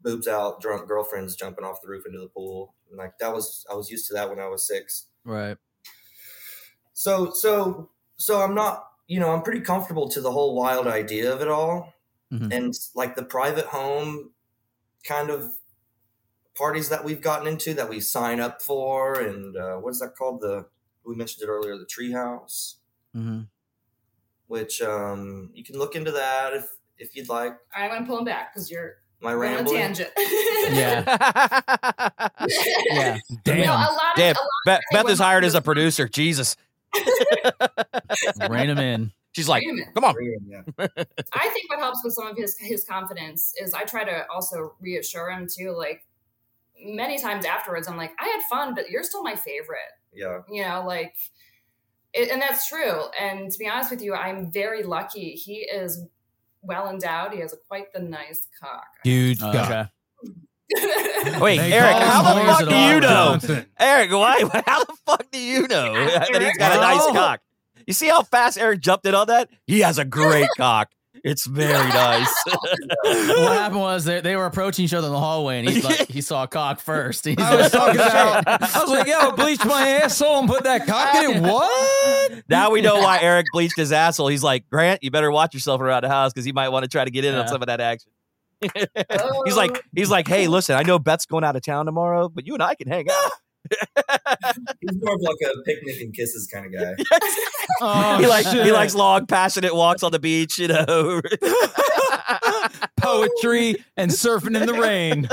Speaker 6: boobs out, drunk girlfriends jumping off the roof into the pool. And like that was I was used to that when I was six.
Speaker 9: Right.
Speaker 6: So so so I'm not you know I'm pretty comfortable to the whole wild idea of it all,
Speaker 9: Mhm.
Speaker 6: and like the private home kind of parties that we've gotten into that we sign up for, and uh, what's that called? The we mentioned it earlier, the treehouse,
Speaker 9: Mm-hmm.
Speaker 6: which um, you can look into that if if you'd like.
Speaker 7: I'm gonna pull him back because you're
Speaker 6: My
Speaker 7: going on a
Speaker 6: rambling.
Speaker 7: tangent.
Speaker 9: Yeah. Yeah.
Speaker 7: No,
Speaker 8: Damn.
Speaker 7: a lot of
Speaker 5: Damn.
Speaker 7: a lot
Speaker 5: Beth, Beth is hired as a producer. Jesus.
Speaker 9: Rein him in.
Speaker 5: She's like,
Speaker 7: women.
Speaker 9: Oh.
Speaker 5: come on.
Speaker 6: Yeah.
Speaker 7: I think what helps with some of his his confidence is I try to also reassure him too. Like many times afterwards, I'm like, I had fun, but you're still my favorite.
Speaker 6: yeah.
Speaker 7: You know, like, it, and that's true. And to be honest with you, I'm very lucky. He is well endowed. He has quite the nice cock.
Speaker 8: Huge
Speaker 9: Oh,
Speaker 8: cock.
Speaker 9: okay.
Speaker 5: Wait,
Speaker 8: They
Speaker 5: Eric,
Speaker 8: call him
Speaker 5: how the
Speaker 8: Boris
Speaker 5: fuck do you
Speaker 8: Johnson.
Speaker 5: know? Eric, why? How the fuck do you know that he's got a nice
Speaker 8: Oh.
Speaker 5: cock? You see how fast Eric jumped in on that? He has a great cock. It's very nice.
Speaker 9: what happened was they, they were approaching each other in the hallway, and he's like, he saw a cock first. He's
Speaker 8: I was
Speaker 9: like,
Speaker 8: talking
Speaker 9: "Oh,
Speaker 8: about.
Speaker 9: shit."
Speaker 8: I was like, yo, bleach my asshole and put that cock in it. What?
Speaker 5: now we know why Eric bleached his asshole. He's like, Grant, you better watch yourself around the house because he might want to try to get in on
Speaker 9: Yeah.
Speaker 5: some of that action.
Speaker 7: Oh.
Speaker 5: He's like, he's like, hey, listen, I know Beth's going out of town tomorrow, but you and I can hang out.
Speaker 6: He's more of like a picnic and kisses kind of guy.
Speaker 8: Oh,
Speaker 5: he like he
Speaker 8: shit.
Speaker 5: likes long, passionate walks on the beach, you know.
Speaker 8: poetry and surfing in the rain.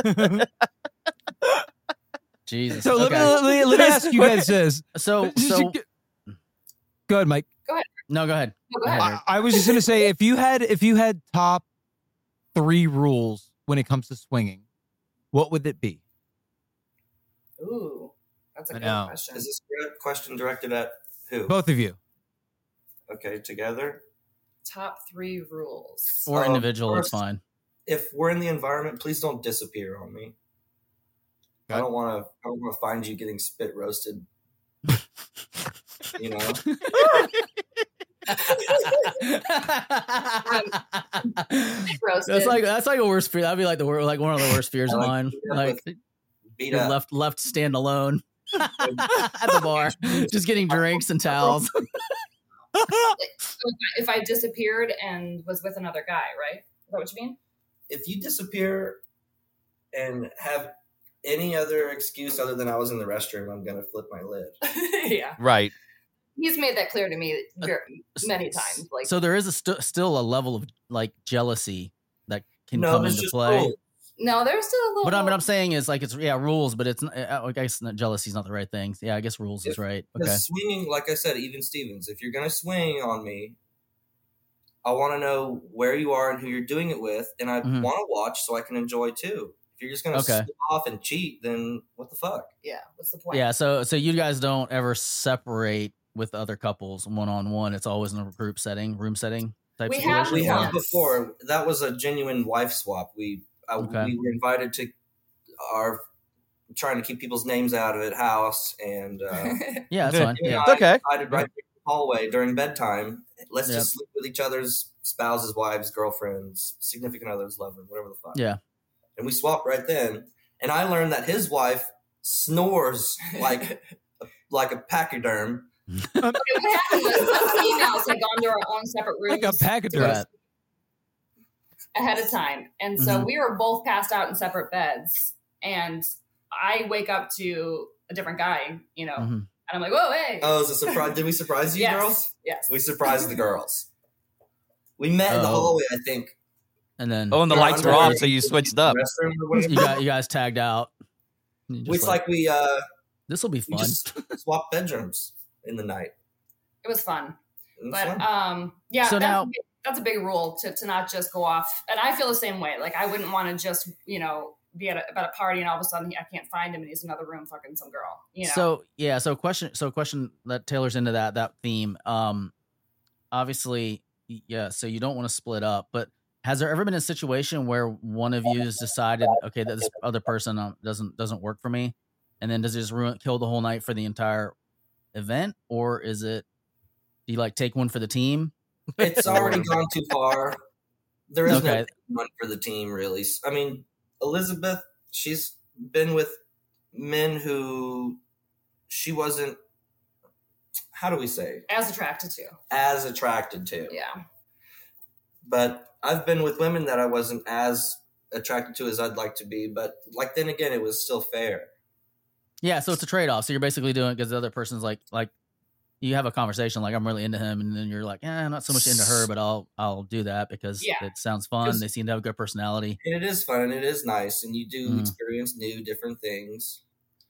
Speaker 9: Jesus.
Speaker 8: So let me,
Speaker 9: okay.
Speaker 8: let me let me ask you guys this.
Speaker 9: so
Speaker 8: Did you
Speaker 9: so
Speaker 8: get- Go ahead, Mike.
Speaker 9: no, go ahead.
Speaker 7: No, Oh, go ahead.
Speaker 8: I, I was just gonna say if you had if you had top three rules when it comes to swinging, what would it be?
Speaker 7: Ooh, that's a
Speaker 8: I
Speaker 7: good
Speaker 8: know.
Speaker 7: question.
Speaker 6: Is this question directed at who?
Speaker 8: Both of you.
Speaker 6: Okay, together.
Speaker 7: Top three rules.
Speaker 9: Or
Speaker 8: Oh,
Speaker 6: Um,
Speaker 9: individual, it's
Speaker 6: first-
Speaker 9: fine.
Speaker 6: If we're in the environment, please don't disappear on me. I
Speaker 8: Okay.
Speaker 6: don't want to. I don't want to find you getting spit roasted. you know,
Speaker 9: that's like that's like a worst fear. That'd be like the wor- like one of the worst fears of
Speaker 6: Like,
Speaker 9: mine.
Speaker 6: yeah,
Speaker 9: Like
Speaker 6: beat
Speaker 9: you're
Speaker 6: up.
Speaker 9: left left stand alone at the bar, just getting drinks and towels.
Speaker 7: So if I disappeared and was with another guy, right? Is that what you mean?
Speaker 6: If you disappear and have any other excuse other than I was in the restroom, I'm gonna flip my lid.
Speaker 7: yeah.
Speaker 5: Right.
Speaker 7: He's made that clear to me
Speaker 9: Uh,
Speaker 7: very, many times. Like,
Speaker 9: so there is a st- still a level of like jealousy that can
Speaker 6: no,
Speaker 9: come
Speaker 6: it's
Speaker 9: into
Speaker 6: just
Speaker 9: play.
Speaker 6: cool.
Speaker 7: no, there's still a little.
Speaker 9: But I, what I'm saying is like it's yeah rules, but it's not, I guess not, jealousy's not the right thing. Yeah, I guess rules is
Speaker 6: If-
Speaker 9: right. Okay,
Speaker 6: Because swinging, like I said, even Stevens, if you're going to swing on me, I want to know where you are and who you're doing it with, and I
Speaker 9: Mhm.
Speaker 6: want to watch so I can enjoy too. If you're just going to
Speaker 9: Okay.
Speaker 6: slip off and cheat, then what the fuck?
Speaker 7: yeah. What's the point?
Speaker 9: yeah. So so you guys don't ever separate with other couples one on one. It's always in a group setting, room setting type.
Speaker 7: We have
Speaker 6: We
Speaker 9: situation?
Speaker 7: Yeah.
Speaker 6: have before that was a genuine wife swap. We I,
Speaker 9: Okay.
Speaker 6: we were invited to our trying to keep people's names out of it house, and uh,
Speaker 9: Yeah, that's fine.
Speaker 6: Yeah.
Speaker 9: Yeah.
Speaker 5: It's okay.
Speaker 6: decided right there in the hallway during bedtime. Let's
Speaker 9: Yeah.
Speaker 6: just sleep with each other's spouses, wives, girlfriends, significant others, lovers, whatever the fuck.
Speaker 9: Yeah.
Speaker 6: And we swapped right then. And I learned that his wife snores like like a pachyderm.
Speaker 7: Okay, what happened was us females had gone to our own separate rooms
Speaker 8: Like a pack of
Speaker 9: Right.
Speaker 7: ahead of time, and so
Speaker 9: Mhm.
Speaker 7: we were both passed out in separate beds. And I wake up to a different guy, you know,
Speaker 9: Mhm.
Speaker 7: and I'm like, "Whoa, hey!"
Speaker 6: Oh, is a surprise? Did we surprise you,
Speaker 7: yes,
Speaker 6: girls?
Speaker 7: yes.
Speaker 6: We surprised the girls. We met in the
Speaker 9: Oh.
Speaker 6: hallway, I think.
Speaker 9: And then
Speaker 5: Oh, and the
Speaker 6: Or
Speaker 5: lights were
Speaker 6: under-
Speaker 5: off, so you switched up.
Speaker 6: Restroom or
Speaker 9: you
Speaker 6: whatever.
Speaker 9: got you guys tagged out. You're just
Speaker 6: It's like we uh
Speaker 9: this will be
Speaker 6: we
Speaker 9: fun.
Speaker 6: just swapped bedrooms in the night.
Speaker 7: It was fun,
Speaker 6: It was
Speaker 7: but
Speaker 6: fun.
Speaker 7: um, yeah.
Speaker 9: So
Speaker 7: that's,
Speaker 9: now-
Speaker 7: a big- that's a big rule to to not just go off. And I feel the same way. Like I wouldn't want to just you know be at a, about a party and all of a sudden I can't find him and he's in another room fucking some girl. You know,
Speaker 9: So yeah, so question, so question that tailors into that that theme. Um, obviously, y- yeah. So you don't want to split up, but has there ever been a situation where one of you has decided, okay, that this other person um, doesn't doesn't work for me, and then does it just ruin kill the whole night for the entire event, or is it do you like take one for the team?
Speaker 6: It's already gone too far. There is
Speaker 9: Okay.
Speaker 6: no one for the team, really. S- I mean, Elizabeth, she's been with men who she wasn't, how do we say,
Speaker 7: as attracted to,
Speaker 6: as attracted to.
Speaker 7: yeah.
Speaker 6: But I've been with women that I wasn't as attracted to as I'd like to be. But like, then again, it was still fair.
Speaker 9: Yeah, so it's a trade off. So you're basically doing because the other person's like like you have a conversation like I'm really into him, and then you're like, eh, I'm not so much into her, but I'll I'll do that because
Speaker 7: Yeah.
Speaker 9: it sounds fun.
Speaker 6: 'Cause-
Speaker 9: They seem to have a good personality.
Speaker 6: And it is fun and it is nice. And you do
Speaker 9: Mm.
Speaker 6: experience new, different things.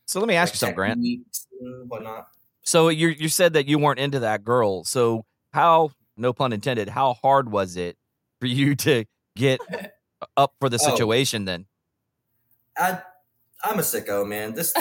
Speaker 5: So let me ask you something, Grant.
Speaker 6: techniques and whatnot.
Speaker 5: So you you said that you weren't into that girl. So how, no pun intended, how hard was it for you to get up for the
Speaker 6: Oh.
Speaker 5: situation then?
Speaker 6: I, I'm a sicko, man. This.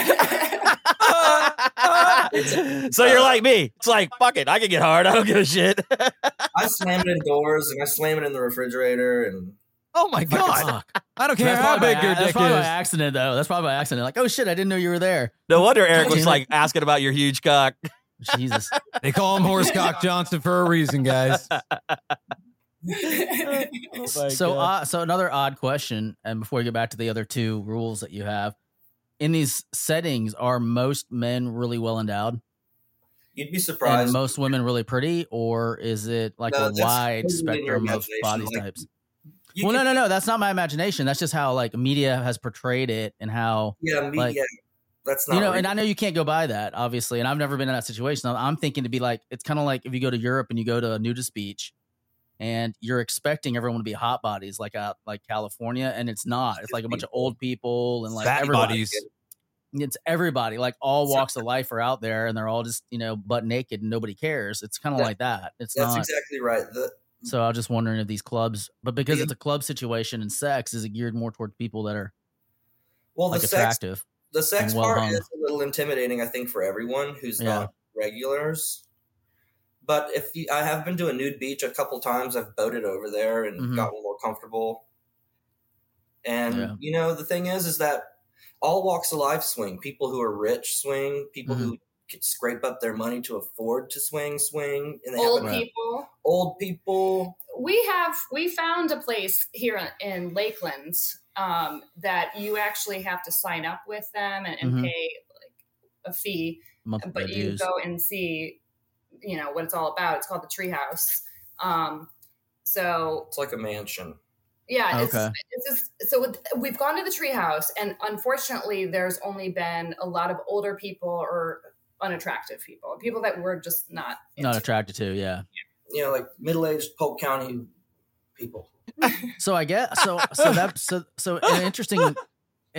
Speaker 5: so you're like me. It's like fuck it. I can get hard. I don't give a shit.
Speaker 6: I slam it in doors and I slam it in the refrigerator and
Speaker 8: Oh my god.
Speaker 9: Fuck.
Speaker 8: I don't care
Speaker 9: That's
Speaker 8: how
Speaker 9: probably,
Speaker 8: big
Speaker 9: by,
Speaker 8: your
Speaker 9: that's
Speaker 8: dick
Speaker 9: probably by
Speaker 8: is.
Speaker 9: accident though. That's probably by accident. Like, oh shit, I didn't know you were there.
Speaker 5: no wonder Eric was
Speaker 9: Damn it.
Speaker 5: like asking about your huge cock.
Speaker 9: Jesus.
Speaker 8: They call him Horsecock Johnson for a reason, guys.
Speaker 6: Oh
Speaker 9: so uh, so another odd question, and before we get back to the other two rules that you have. In these settings, are most men really well endowed?
Speaker 6: you'd be
Speaker 9: and
Speaker 6: surprised.
Speaker 9: most women really pretty, or is it like
Speaker 6: No,
Speaker 9: a
Speaker 6: that's
Speaker 9: wide
Speaker 6: totally in your
Speaker 9: spectrum of body
Speaker 6: imagination, like,
Speaker 9: types?
Speaker 6: You
Speaker 9: Well,
Speaker 6: could-
Speaker 9: no, no, no. That's not my imagination. That's just how like media has portrayed it, and how
Speaker 6: Yeah, me,
Speaker 9: like-
Speaker 6: yeah, that's not.
Speaker 9: you know.
Speaker 6: real.
Speaker 9: And I know you can't go by that, obviously. And I've never been in that situation. I'm- I'm thinking to be like it's kind of like if you go to Europe and you go to a nudist beach, and you're expecting everyone to be hot bodies like out like California, and it's not. It's like a bunch of old people and like
Speaker 8: Fat
Speaker 9: everybody.
Speaker 8: bodies.
Speaker 9: it's everybody like all walks of life are out there and they're all just you know butt naked and nobody cares it's kind of
Speaker 6: That-
Speaker 9: like that it's
Speaker 6: That's
Speaker 9: not
Speaker 6: exactly right. The,
Speaker 9: so i'm just wondering if these clubs but because
Speaker 6: Yeah.
Speaker 9: it's a club situation and sex is it geared more toward people that are
Speaker 6: well,
Speaker 9: like
Speaker 6: the sex
Speaker 9: attractive
Speaker 6: the sex
Speaker 9: and well
Speaker 6: part
Speaker 9: hung.
Speaker 6: is a little intimidating, I think, for everyone who's
Speaker 9: Yeah.
Speaker 6: not regulars. But if you, I have been to a nude beach a couple times, I've boated over there and
Speaker 9: Mhm.
Speaker 6: gotten a little comfortable. And
Speaker 9: Yeah.
Speaker 6: you know, the thing is, is that all walks of life swing. People who are rich swing. People who
Speaker 9: Mm-hmm.
Speaker 6: could scrape up their money to afford to swing swing. And they
Speaker 7: Old
Speaker 6: have
Speaker 9: Right.
Speaker 7: people.
Speaker 6: old people.
Speaker 7: we have we found a place here in Lakeland um, that you actually have to sign up with them and, and
Speaker 9: Mhm.
Speaker 7: pay like a fee,
Speaker 9: monthly
Speaker 7: but you
Speaker 9: dues.
Speaker 7: go and see, you know, what it's all about. It's called the Treehouse. Um, so
Speaker 6: It's like a mansion.
Speaker 7: yeah,
Speaker 9: Okay.
Speaker 7: it's, it's just, so with, we've gone to the Treehouse, and unfortunately, there's only been a lot of older people or unattractive people, people that were just not
Speaker 9: not attracted to yeah
Speaker 6: You know, like middle aged Polk County people.
Speaker 9: So I guess so. So that so so an interesting an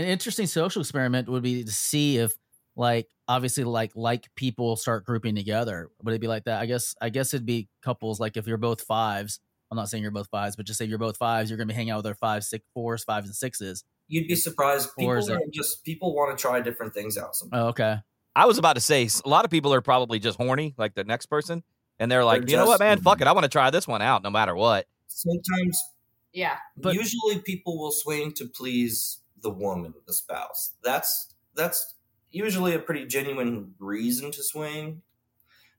Speaker 9: interesting social experiment would be to see if like obviously like like people start grouping together. Would it be like that? I guess I guess it'd be couples. Like if you're both fives, I'm not saying you're both fives, but just say you're both fives, you're gonna be hanging out with other fives, six, fours, fives, and sixes.
Speaker 6: You'd be surprised.
Speaker 9: Or
Speaker 6: People
Speaker 9: is it-
Speaker 6: are just people want to try different things out. Sometimes.
Speaker 9: Oh, okay.
Speaker 5: I was about to say s- a lot of people are probably just horny, like the next person, and they're like,
Speaker 6: They're
Speaker 5: you know what,
Speaker 6: just-
Speaker 5: man, fuck it, I want to try this one out, no matter what.
Speaker 6: sometimes
Speaker 7: yeah.
Speaker 9: But-
Speaker 6: usually people will swing to please the woman the spouse that's that's usually a pretty genuine reason to swing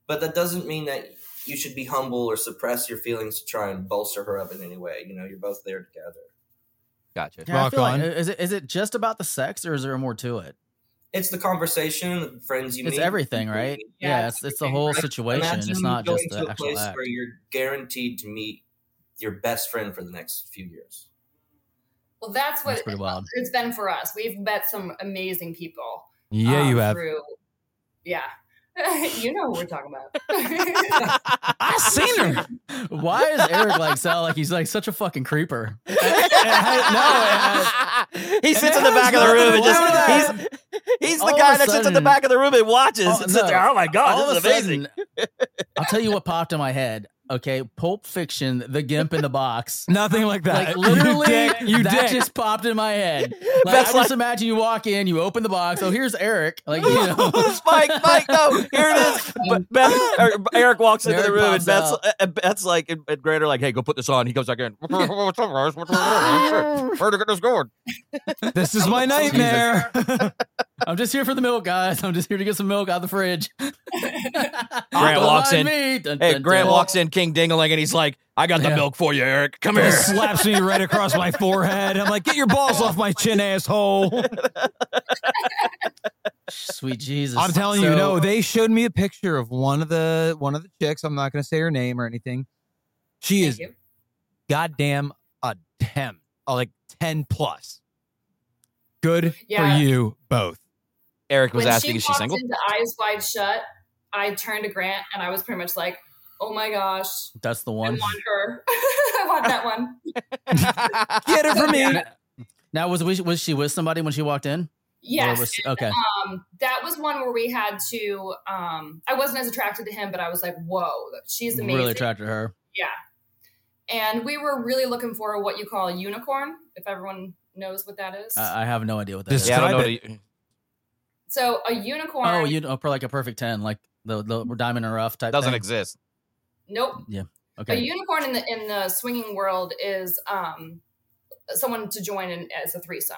Speaker 6: but that doesn't mean that you should be humble or suppress your feelings to try and bolster her up in any way you know you're both there together
Speaker 5: Gotcha.
Speaker 9: Yeah, I
Speaker 8: Rock
Speaker 9: feel like-
Speaker 8: on.
Speaker 9: is it is it just about the sex or is there more to it?
Speaker 6: it's the conversation the friends you
Speaker 9: It's
Speaker 6: meet
Speaker 9: everything,
Speaker 6: people you
Speaker 9: right?
Speaker 6: meet.
Speaker 9: Yeah,
Speaker 7: Yeah,
Speaker 9: it's it's the whole situation.
Speaker 6: Imagine
Speaker 9: It's not
Speaker 6: going
Speaker 9: just
Speaker 6: to
Speaker 9: the
Speaker 6: a
Speaker 9: actual
Speaker 6: place
Speaker 9: act.
Speaker 6: where you're guaranteed to meet your best friend for the next few years
Speaker 7: Well, that's what
Speaker 9: That's pretty
Speaker 6: uh,
Speaker 9: wild.
Speaker 7: it's been for us. We've met some amazing people.
Speaker 8: Yeah,
Speaker 7: um,
Speaker 8: you have.
Speaker 7: Through, yeah. you know what we're talking about.
Speaker 9: I seen her. Why is Eric like sound like he's like such a fucking creeper?
Speaker 5: he sits in the
Speaker 9: has
Speaker 5: back of the
Speaker 9: nothing
Speaker 5: room
Speaker 9: to
Speaker 5: and
Speaker 9: do
Speaker 5: just he's he's
Speaker 9: All
Speaker 5: the
Speaker 9: of
Speaker 5: guy
Speaker 9: a
Speaker 5: that sits in the
Speaker 9: sudden-
Speaker 5: back of the room and watches
Speaker 9: Oh,
Speaker 5: and sits
Speaker 9: no.
Speaker 5: there. Oh my god, this is amazing.
Speaker 9: sudden, I'll tell you what popped in my head. Okay, Pulp Fiction, The Gimp in the Box.
Speaker 8: Nothing like
Speaker 9: Like
Speaker 8: that.
Speaker 9: literally,
Speaker 8: you dick. You
Speaker 9: that
Speaker 8: dick.
Speaker 9: just popped in my head. Like,
Speaker 5: That's
Speaker 9: I
Speaker 5: like-
Speaker 9: just imagine you walk in, you open the box. Oh, here's Eric. Like you know,
Speaker 5: Mike, Mike, no, here it is. But Beth, or Eric walks into the
Speaker 9: Eric
Speaker 5: room and
Speaker 9: pops
Speaker 5: Beth's, uh,
Speaker 9: out.
Speaker 5: and Beth's like, and, and Grant are like, hey, go put this on. He comes back in. What's up, guys? What's up, guys? Where to get this going?
Speaker 8: this is my nightmare.
Speaker 9: I'm just here for the milk, guys. I'm just here to get some milk out of the fridge. Grant
Speaker 5: walks in.
Speaker 9: Me. Dun,
Speaker 5: Hey,
Speaker 9: dun,
Speaker 5: Grant
Speaker 9: dun.
Speaker 5: walks in, King Dingaling, and he's like, I got the
Speaker 9: Yeah.
Speaker 5: milk for you, Eric. Come
Speaker 8: It
Speaker 5: here.
Speaker 8: slaps me right across my forehead. I'm like, get your balls off my chin, asshole.
Speaker 9: Sweet Jesus!
Speaker 8: I'm telling you,
Speaker 9: So-
Speaker 8: no, they showed me a picture of one of the one of the chicks. I'm not gonna say her name or anything. She
Speaker 7: Thank
Speaker 8: is
Speaker 7: you.
Speaker 8: goddamn a ten, uh, like ten plus. Good
Speaker 7: Yeah.
Speaker 8: for you both.
Speaker 5: Eric was
Speaker 7: When
Speaker 5: asking,
Speaker 7: she
Speaker 5: is she
Speaker 7: walked
Speaker 5: single?
Speaker 7: into Eyes Wide Shut, I turned to Grant and I was pretty much like, "Oh my gosh,
Speaker 9: That's the
Speaker 7: I
Speaker 9: one.
Speaker 7: want her. I want that one."
Speaker 8: Get it for me.
Speaker 9: Now was we, was she with somebody when she walked in? Or
Speaker 7: Yes,
Speaker 9: was- okay.
Speaker 7: um, that was one where we had to. Um, I wasn't as attracted to him, but I was like, "Whoa, she's amazing."
Speaker 9: Really attracted to her.
Speaker 7: and we were really looking for what you call a unicorn, if everyone knows what that is.
Speaker 9: I, I have no idea what that
Speaker 8: This-
Speaker 9: is.
Speaker 5: yeah, I don't know. What
Speaker 8: Describe
Speaker 5: he-
Speaker 7: so a unicorn.
Speaker 9: Oh, you know, for like a perfect ten, like the the diamond and rough type.
Speaker 5: doesn't
Speaker 9: thing?
Speaker 5: exist.
Speaker 7: Nope. A
Speaker 9: Okay.
Speaker 7: unicorn in the in the swinging world is um someone to join in as a threesome.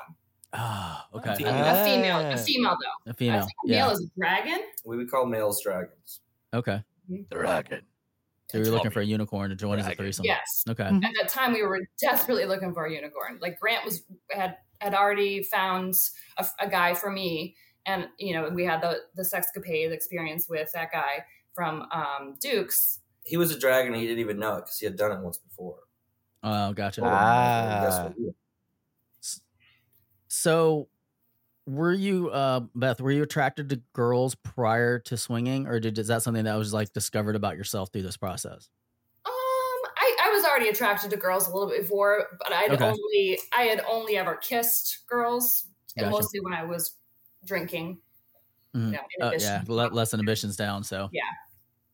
Speaker 9: Ah, okay.
Speaker 6: Okay.
Speaker 7: A- a female,
Speaker 9: Ah.
Speaker 7: a female though. I
Speaker 9: A female.
Speaker 7: was like, Oh, a male
Speaker 9: Yeah.
Speaker 7: is a dragon.
Speaker 6: we would call males dragons
Speaker 9: Okay.
Speaker 5: Dragon.
Speaker 9: So you're
Speaker 5: That's
Speaker 9: looking
Speaker 5: all
Speaker 9: for a unicorn to join as a
Speaker 5: Dragon.
Speaker 9: threesome.
Speaker 7: Yes.
Speaker 9: Okay.
Speaker 7: At that time, we were desperately looking for a unicorn. Like Grant was had had already found a, a guy for me, and you know we had the the sexcapade experience with that guy from um, Duke's.
Speaker 6: he was a dragon and he didn't even know it because he had done it once before
Speaker 9: Oh, gotcha.
Speaker 5: Ah.
Speaker 6: That's what we did.
Speaker 9: So, were you, uh, Beth? Were you attracted to girls prior to swinging, or did is that something that was like discovered about yourself through this process?
Speaker 7: Um, I, I was already attracted to girls a little bit before, but I'd
Speaker 9: Okay.
Speaker 7: only I had only ever kissed girls, and
Speaker 9: Gotcha.
Speaker 7: mostly when I was drinking.
Speaker 9: Mhm.
Speaker 7: You know, in
Speaker 9: Oh,
Speaker 7: addition
Speaker 9: yeah,
Speaker 7: to
Speaker 9: le- lessen emissions down. So
Speaker 7: Yeah.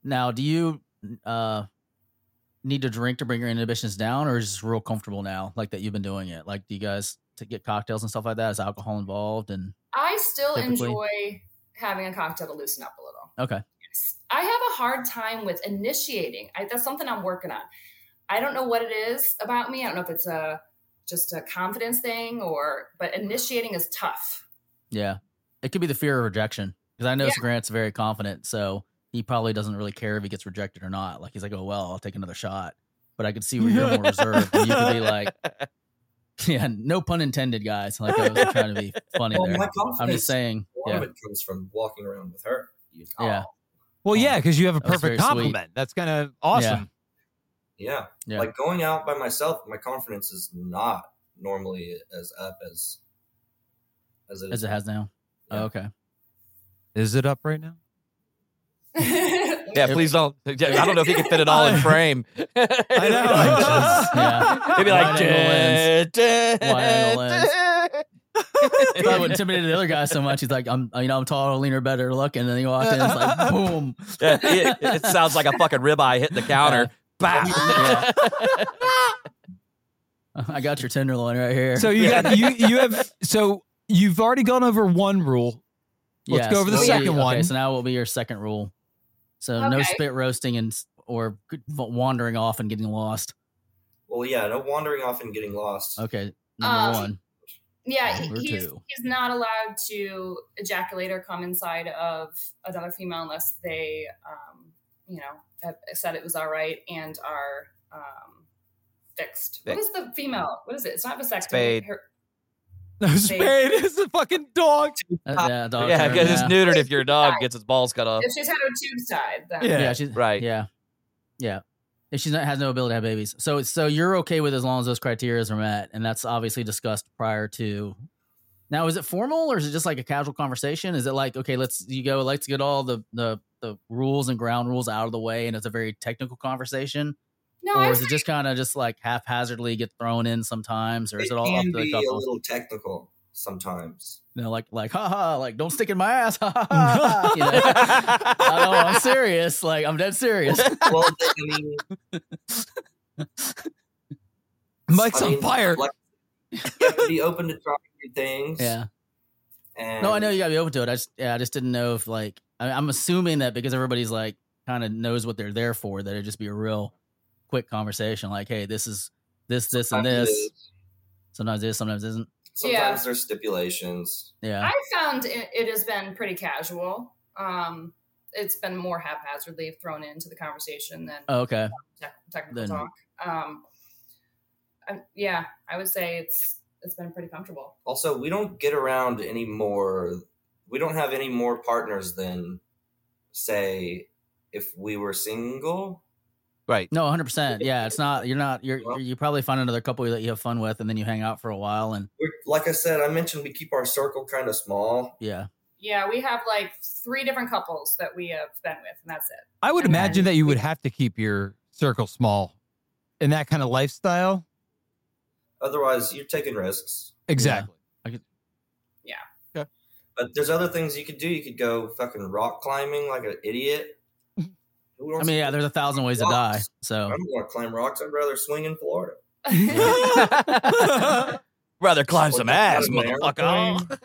Speaker 9: Now, do you uh need to drink to bring your inhibitions down, or is this real comfortable now? Like that you've been doing it. Like, do you guys to get cocktails and stuff like that? Is alcohol involved? And
Speaker 7: I still
Speaker 9: Typically.
Speaker 7: enjoy having a cocktail to loosen up a little.
Speaker 9: okay,
Speaker 7: Yes. I have a hard time with initiating. I, that's something I'm working on. I don't know what it is about me. I don't know if it's a just a confidence thing or, but initiating is tough.
Speaker 9: yeah, it could be the fear of rejection because I know
Speaker 7: Yeah.
Speaker 9: Grant's very confident, so he probably doesn't really care if he gets rejected or not. Like he's like, oh well, I'll take another shot. But I could see where you're more reserved. And you could be like, yeah, no pun intended, guys. Like I was trying to be funny
Speaker 6: Well,
Speaker 9: there.
Speaker 6: my
Speaker 9: I'm
Speaker 6: confidence,
Speaker 9: just saying.
Speaker 6: a lot
Speaker 9: Yeah.
Speaker 6: of it comes from walking around with her. You-
Speaker 9: Yeah.
Speaker 8: Well, yeah, because you have a
Speaker 9: Oh, That
Speaker 8: perfect
Speaker 9: was very sweet.
Speaker 8: compliment. That's kind of awesome.
Speaker 6: Yeah.
Speaker 9: Yeah.
Speaker 6: Like going out by myself, my confidence is not normally as up as as it is.
Speaker 9: as it has now. Oh,
Speaker 6: Yeah.
Speaker 9: okay.
Speaker 8: Is it up right now?
Speaker 5: Yeah, please don't. Yeah, I don't know if he can fit it all in frame. I
Speaker 9: yeah.
Speaker 5: They'd be like,
Speaker 9: Wide angle lens.
Speaker 5: "Duh, duh,
Speaker 9: Wide angle lens.
Speaker 5: duh."
Speaker 9: If I would intimidated the other guy so much, he's like, I'm, uh, you know, I'm taller, leaner, better looking. And then he walked in, it's like, boom.
Speaker 5: Yeah, it, it sounds like a fucking ribeye hitting the counter. Bah.
Speaker 9: Yeah. I got your tenderloin right here.
Speaker 8: So you got you you have so you've already gone over one rule. let's go over the
Speaker 9: so
Speaker 8: second
Speaker 9: okay,
Speaker 8: one.
Speaker 9: so now will be your second rule. So no
Speaker 7: Okay.
Speaker 9: spit roasting and s- or g- wandering off and getting lost.
Speaker 6: Well, yeah, no wandering off and getting lost.
Speaker 9: Okay, number
Speaker 7: Um,
Speaker 9: one.
Speaker 7: yeah, he-
Speaker 9: Number
Speaker 7: he's,
Speaker 9: two.
Speaker 7: he's not allowed to ejaculate or come inside of another female unless they, um, you know, have said it was all right and are um, fixed. What is the female? What is it? It's not vasectomy.
Speaker 5: Spade.
Speaker 7: Her-
Speaker 8: No, Spade is a fucking dog.
Speaker 9: Uh, yeah, dog
Speaker 5: Yeah,
Speaker 9: turn,
Speaker 5: because it's
Speaker 9: yeah.
Speaker 5: neutered if your dog gets its balls cut off.
Speaker 7: If she's had her tubes tied, then
Speaker 9: Yeah, she's
Speaker 5: Right.
Speaker 9: Yeah, yeah. If she's not has no ability to have babies, so so you're okay with as long as those criteria are met, and that's obviously discussed prior to. Now, is it formal or is it just like a casual conversation? Is it like okay, let's you go, let's get all the the the rules and ground rules out of the way, and it's a very technical conversation,
Speaker 7: no, I
Speaker 9: or is it just kind of just like haphazardly get thrown in sometimes, or is it all up
Speaker 6: can
Speaker 9: to the
Speaker 6: be a
Speaker 9: couple?
Speaker 6: little technical sometimes.
Speaker 9: You know, like like ha ha, like don't stick in my ass, ha ha ha. you know? I know, I'm serious, like I'm dead serious.
Speaker 6: well, I mean,
Speaker 8: Mike's
Speaker 6: I
Speaker 8: on
Speaker 6: mean,
Speaker 8: fire.
Speaker 6: Like, you have to be open to trying new things.
Speaker 9: Yeah.
Speaker 6: And
Speaker 9: No, I know you gotta be open to it. I just, yeah, I just didn't know if like I, I'm assuming that because everybody's like kind of knows what they're there for, that it'd just be a real quick conversation. Like, hey, this is this, this, and
Speaker 6: sometimes it
Speaker 9: this.
Speaker 6: is.
Speaker 9: Sometimes this, sometimes isn't.
Speaker 6: Sometimes
Speaker 7: Yeah.
Speaker 6: there's stipulations.
Speaker 9: Yeah,
Speaker 7: I found it, it has been pretty casual. Um, it's been more haphazardly thrown into the conversation than
Speaker 9: Oh, okay.
Speaker 7: tech, technical
Speaker 9: Then-
Speaker 7: talk. Um, I, yeah, I would say it's it's been pretty comfortable.
Speaker 6: Also, we don't get around any more. We don't have any more partners than, say, if we were single.
Speaker 5: Right.
Speaker 9: No, 100. percent Yeah, it's not. You're not. You're. You probably find another couple that you have fun with, and then you hang out for a while, and
Speaker 6: We're, like I said, I mentioned we keep our circle kind of small.
Speaker 9: yeah,
Speaker 7: Yeah, we have like three different couples that we have been with, and that's it.
Speaker 8: I would
Speaker 7: And
Speaker 8: imagine that you would have to keep your circle small in that kind of lifestyle.
Speaker 6: Otherwise, you're taking risks.
Speaker 8: Exactly.
Speaker 6: But there's other things you could do. You could go fucking rock climbing like an idiot. Who
Speaker 9: I
Speaker 6: wants
Speaker 9: mean,
Speaker 6: to-
Speaker 9: yeah, there's a thousand ways to die.
Speaker 6: Rocks. I
Speaker 9: So
Speaker 6: don't want to climb rocks. I'd rather swing in Florida.
Speaker 5: Rather climb
Speaker 6: Well,
Speaker 5: some ass,
Speaker 6: that's not an
Speaker 5: motherfucker.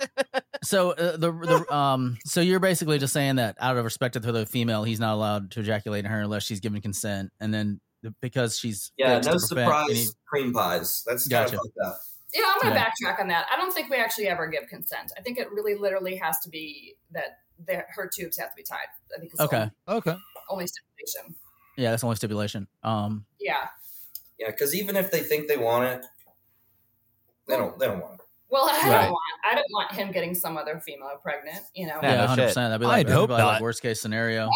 Speaker 9: So uh, the the um so you're basically just saying that out of respect to the other female, he's not allowed to ejaculate in her unless she's given consent, and then the- because she's
Speaker 6: Yeah,
Speaker 9: fixed to
Speaker 6: no
Speaker 9: prevent
Speaker 6: surprise
Speaker 9: any-
Speaker 6: cream pies. That's
Speaker 9: Gotcha.
Speaker 6: kind of fucked up.
Speaker 7: Yeah, I'm going to
Speaker 9: Yeah.
Speaker 7: backtrack on that. I don't think we actually ever give consent. I think it really literally has to be that their, her tubes have to be tied. I think it's the
Speaker 9: okay,
Speaker 7: only,
Speaker 8: Okay.
Speaker 7: only stipulation.
Speaker 9: yeah, that's the only stipulation. Um,
Speaker 7: Yeah.
Speaker 6: Yeah, because even if they think they want it, they don't. They don't want it.
Speaker 7: Well, I
Speaker 5: Right.
Speaker 7: don't want I don't want him getting some other female pregnant. You know.
Speaker 5: Yeah,
Speaker 9: yeah,
Speaker 5: no
Speaker 9: hundred
Speaker 5: shit.
Speaker 9: percent. That'd be like,
Speaker 8: I'd
Speaker 9: that'd be
Speaker 8: hope
Speaker 9: probably, like
Speaker 8: not.
Speaker 9: worst case scenario.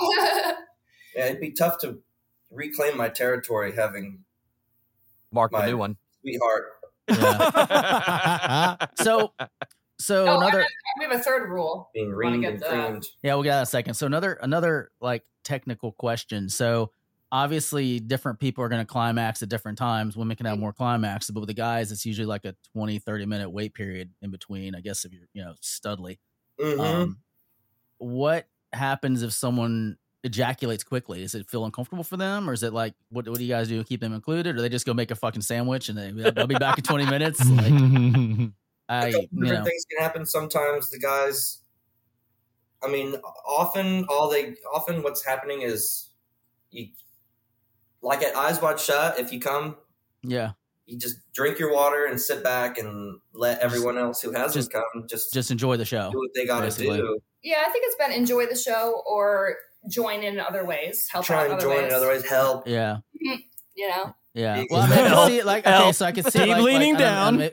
Speaker 6: Yeah, it'd be tough to reclaim my territory having
Speaker 5: Mark the
Speaker 6: My-
Speaker 5: new one.
Speaker 6: sweetheart.
Speaker 9: Yeah. So so
Speaker 7: Oh, I
Speaker 9: another
Speaker 7: we have a third rule.
Speaker 6: being
Speaker 7: Wanna
Speaker 6: reamed
Speaker 7: get
Speaker 6: and
Speaker 7: the-
Speaker 6: creamed.
Speaker 9: Yeah, we got that a second. So another another like technical question. So obviously different people are going to climax at different times. Women can have more climax, but with the guys it's usually like a 20 30 minute wait period in between, I guess if you're, you know, studly.
Speaker 6: Mhm.
Speaker 9: Um, what happens if someone ejaculates quickly? Does it feel uncomfortable for them, or is it like what? What do you guys do? to Keep them included, or they just go make a fucking sandwich and they they'll be back in twenty minutes? Like I,
Speaker 6: a couple
Speaker 9: you
Speaker 6: different
Speaker 9: know,
Speaker 6: things can happen sometimes the guys i mean often all they often what's happening is you like at eyes wide shut if you come
Speaker 9: yeah,
Speaker 6: you just drink your water and sit back and let everyone else who hasn't
Speaker 9: just-
Speaker 6: come just,
Speaker 9: just enjoy the show.
Speaker 6: do what they gotta
Speaker 9: basically.
Speaker 6: do
Speaker 7: Yeah, I think it's been enjoy the show or join in other ways, help
Speaker 6: try
Speaker 7: out
Speaker 6: and
Speaker 7: other
Speaker 6: join
Speaker 7: ways.
Speaker 6: in other ways help
Speaker 9: Yeah,
Speaker 7: You know,
Speaker 9: yeah.
Speaker 6: Deep-
Speaker 9: Well, I, mean, I can
Speaker 5: Help,
Speaker 9: see it like okay,
Speaker 5: help.
Speaker 9: so I can see
Speaker 5: Deep
Speaker 9: like, like,
Speaker 5: leaning
Speaker 9: I don't- I
Speaker 5: down.
Speaker 9: mean,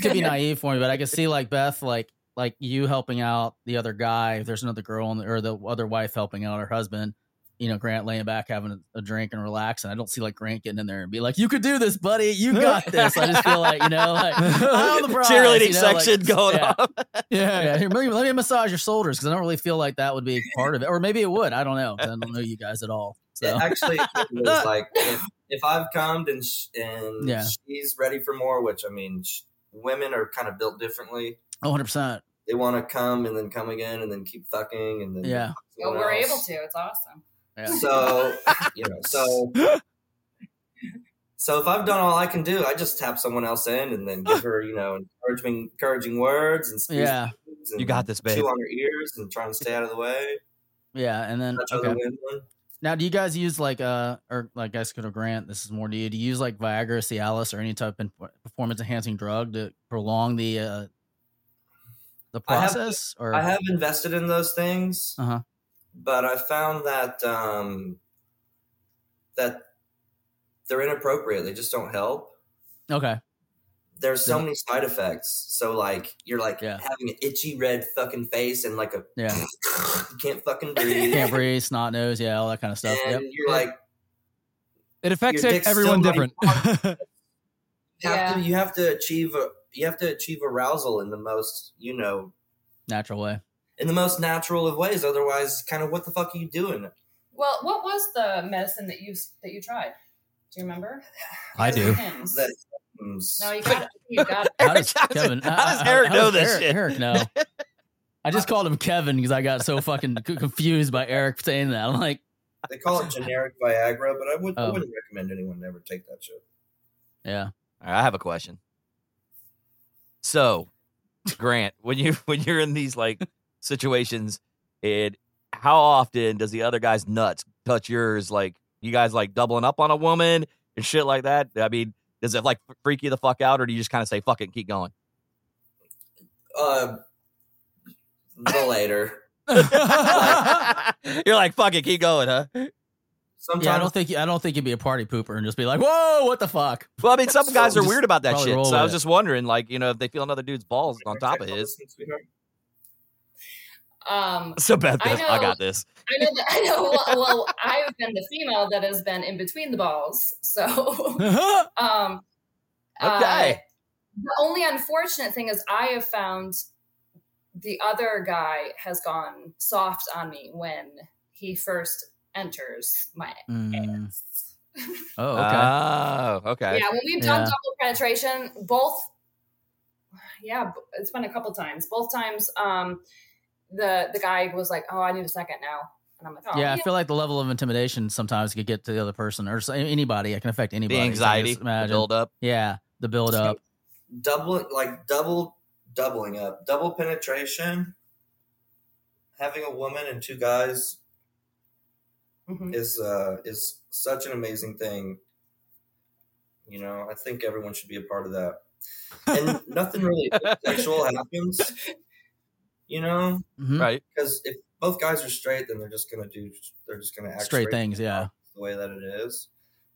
Speaker 9: could be naive for me, but I could see like Beth, like like you helping out the other guy. If there's another girl on the, or the other wife helping out her husband, you know, Grant laying back having a, a drink and relaxing. I don't see like Grant getting in there and be like, "You could do this, buddy. You got this." I just feel like you know, like I'm the prize,
Speaker 5: Cheerleading
Speaker 9: you know, like,
Speaker 5: section going
Speaker 9: yeah.
Speaker 5: on.
Speaker 9: Yeah, here, let, me, let me massage your shoulders because I don't really feel like that would be part of it, or maybe it would. I don't know. 'cause I don't know you guys at all. So
Speaker 6: It actually was like if, if I've come and sh- and
Speaker 9: Yeah.
Speaker 6: she's ready for more, which I mean, sh- women are kind of built differently.
Speaker 9: 100. percent
Speaker 6: They want to come and then come again and then keep fucking and then
Speaker 9: Yeah,
Speaker 7: well,
Speaker 6: someone
Speaker 7: we're
Speaker 6: else.
Speaker 7: able to. It's awesome.
Speaker 9: yeah.
Speaker 6: So you know, so so if I've done all I can do, I just tap someone else in and then give her you know encouraging encouraging words and squeeze
Speaker 9: Yeah.
Speaker 6: boobs and
Speaker 5: You got this, babe.
Speaker 6: Chew on her ears and try and stay out of the way.
Speaker 9: Yeah, and then
Speaker 6: Touch her
Speaker 9: okay.
Speaker 6: the window.
Speaker 9: Now, do you guys use like uh or like guys go to Grant? This is more to you. Do you use like Viagra, Cialis, or any type of performance enhancing drug to prolong the uh the
Speaker 6: I have-
Speaker 9: process? or
Speaker 6: I have invested in those things,
Speaker 9: Uh-huh.
Speaker 6: but I found that um, that they're inappropriate. They just don't help.
Speaker 9: okay,
Speaker 6: There's so
Speaker 9: Yeah.
Speaker 6: many side effects. So like you're like
Speaker 9: Yeah.
Speaker 6: having an itchy red fucking face and like a
Speaker 9: yeah,
Speaker 6: you can't fucking breathe.
Speaker 9: can't breathe, snot nose, yeah, all that kind of stuff.
Speaker 6: And
Speaker 9: Yep.
Speaker 6: you're like
Speaker 8: It affects
Speaker 6: Your dick's
Speaker 8: everyone
Speaker 6: still
Speaker 8: different.
Speaker 6: like- you have to you have to achieve a, you have to achieve arousal in the most you know
Speaker 9: Natural way.
Speaker 6: in the most natural of ways. Otherwise, kind of what the fuck are you doing?
Speaker 7: Well, what was the medicine that you that you tried? Do you remember?
Speaker 8: I do.
Speaker 7: Hims.
Speaker 6: That-
Speaker 7: No, you got it. You got it.
Speaker 9: How
Speaker 5: Eric,
Speaker 9: does
Speaker 5: how does-
Speaker 9: Kevin?
Speaker 5: how does Eric know this
Speaker 9: Eric,
Speaker 5: shit?
Speaker 9: Eric know. I just called him Kevin because I got so fucking c- confused by Eric saying that. I'm like,
Speaker 6: They call it generic Viagra, but I, would, I
Speaker 9: Oh.
Speaker 6: wouldn't recommend anyone ever take that shit.
Speaker 9: yeah,
Speaker 5: All right, I have a question. So, Grant, when you when you're in these like situations, and how often does the other guy's nuts touch yours? Like you guys like doubling up on a woman and shit like that. I mean, does it like freak you the fuck out, or do you just kind of say fuck it and keep going?
Speaker 6: Uh, the later.
Speaker 5: you're like fuck it, keep going, huh?
Speaker 6: Sometimes
Speaker 9: yeah. I don't think I don't think you'd be a party pooper and just be like, whoa, what the fuck?
Speaker 5: Well, I mean, some
Speaker 6: So
Speaker 5: guys are
Speaker 9: just
Speaker 5: weird about that
Speaker 9: probably
Speaker 5: shit.
Speaker 9: roll
Speaker 5: So I
Speaker 9: with
Speaker 5: was
Speaker 9: it.
Speaker 5: just wondering, like, you know, if they feel another dude's balls on top of his.
Speaker 6: Sweetheart.
Speaker 7: Um,
Speaker 5: So Beth,
Speaker 7: I
Speaker 5: goes, I
Speaker 7: know.
Speaker 5: got this.
Speaker 7: I know. That, I know. Well, well, I've been the female that has been in between the balls. So, um, uh,
Speaker 5: Okay.
Speaker 7: the only unfortunate thing is I have found the other guy has gone soft on me when he first enters my
Speaker 9: Mm.
Speaker 7: ass.
Speaker 9: Oh, okay.
Speaker 5: Oh, okay.
Speaker 7: Yeah, when we've done
Speaker 9: Yeah.
Speaker 7: double penetration, both. Yeah, b- it's been a couple times. Both times, um, the the guy was like, "Oh, I need a second now," and I'm like, "Oh,
Speaker 9: yeah, I
Speaker 7: you
Speaker 9: feel like the level of intimidation sometimes could get to the other person or s- anybody. It can affect anybody.
Speaker 5: the
Speaker 9: so I
Speaker 5: anxiety,
Speaker 9: just
Speaker 5: the
Speaker 9: imagine-
Speaker 5: build up.
Speaker 9: Yeah, the build up.
Speaker 6: Double, like double, doubling up, double penetration. Having a woman and two guys
Speaker 7: know." Mhm.
Speaker 6: is uh, is such an amazing thing. You know, I think everyone should be a part of that.
Speaker 5: Hmm?
Speaker 6: And nothing really sexual happens. You know,
Speaker 9: Mhm.
Speaker 5: Right.
Speaker 6: because if both guys are straight, then they're just gonna do they're just gonna act
Speaker 9: Straight things, yeah.
Speaker 6: the way that it is.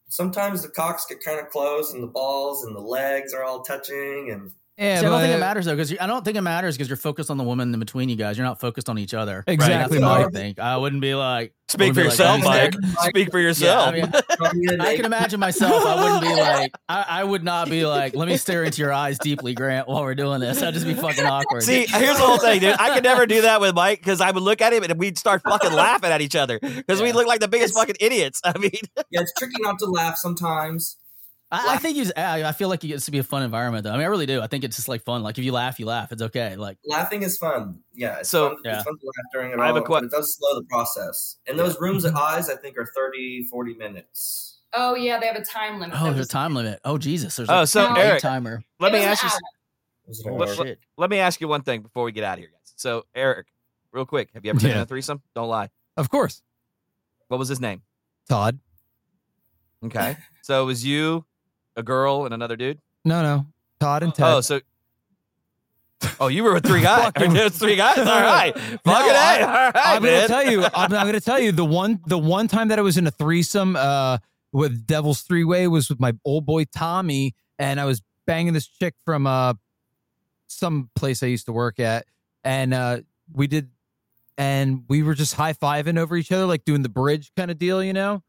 Speaker 6: Sometimes the cocks get kind of close, and the balls and the legs are all touching, and
Speaker 8: Yeah,
Speaker 9: See, I don't think
Speaker 8: but-
Speaker 9: it matters though, because I don't think it matters because you're focused on the woman in between you guys. You're not focused on each other. Right?
Speaker 8: Exactly,
Speaker 9: That's what I
Speaker 8: Mike.
Speaker 9: think. I wouldn't be like.
Speaker 5: Speak for
Speaker 9: Or be like,
Speaker 5: yourself,
Speaker 9: I'm
Speaker 5: Mike.
Speaker 9: scared.
Speaker 5: Speak for
Speaker 9: Yeah, I
Speaker 5: yourself.
Speaker 9: mean, I can imagine myself. I wouldn't be like. I, I would not be like. Let me stare into your eyes deeply, Grant, while we're doing this. That'd just be fucking awkward.
Speaker 5: See, here's the whole thing, dude. I could never do that with Mike because I would look at him and we'd start fucking laughing at each other because
Speaker 9: Yeah.
Speaker 5: we look like the biggest fucking idiots. I mean,
Speaker 6: yeah, it's tricky not to laugh sometimes.
Speaker 9: I, I
Speaker 6: Laugh-
Speaker 9: think you. I I feel like it gets to be a fun environment, though. I mean, I really do. I think it's just like fun. Like if you laugh, you laugh. It's okay. Like
Speaker 6: Laughing is fun. Yeah. It's
Speaker 5: So-
Speaker 6: fun,
Speaker 9: Yeah.
Speaker 6: it's fun to laugh during it
Speaker 5: I have
Speaker 6: all.
Speaker 5: a que-
Speaker 6: but it does slow the process. And those rooms at
Speaker 9: Mm-hmm.
Speaker 6: Oz, I think, are 30, 40 minutes.
Speaker 7: Oh yeah, they have a time limit.
Speaker 9: oh,
Speaker 7: They're
Speaker 9: there's a
Speaker 7: just-
Speaker 9: time limit. Oh Jesus, there's
Speaker 5: Oh,
Speaker 9: a
Speaker 5: so,
Speaker 9: time
Speaker 5: Eric-
Speaker 9: timer.
Speaker 5: Let
Speaker 7: It
Speaker 5: me
Speaker 7: was an
Speaker 5: ask you.
Speaker 7: hour.
Speaker 6: Was it an
Speaker 9: Oh,
Speaker 5: Look,
Speaker 6: hour?
Speaker 9: shit.
Speaker 5: Let me ask you one thing before we get out of here, guys. So, Eric, real quick, have you ever been in
Speaker 8: Yeah.
Speaker 5: a threesome? Don't lie.
Speaker 8: Of course,
Speaker 5: What was his name?
Speaker 8: Todd.
Speaker 5: Okay. so it was you, a girl, and another dude.
Speaker 8: No, no, Todd and Ted.
Speaker 5: Oh, so. Oh, you were with three guys.
Speaker 8: Fucking-
Speaker 5: There's three guys. All right. Fucking
Speaker 8: No, I-
Speaker 5: A. All right,
Speaker 8: I'm
Speaker 5: man.
Speaker 8: gonna tell you. I'm, I'm gonna tell you the one the one time that I was in a threesome uh, with Devil's Three Way was with my old boy Tommy, and I was banging this chick from uh, some place I used to work at, and uh, we did, and we were just high fiving over each other, like doing the bridge kind of deal, you know.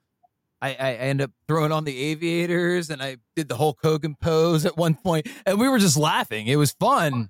Speaker 8: I, I I ended up throwing on the aviators, and I did the Hulk Hogan pose at one point, and we were just laughing. It was fun.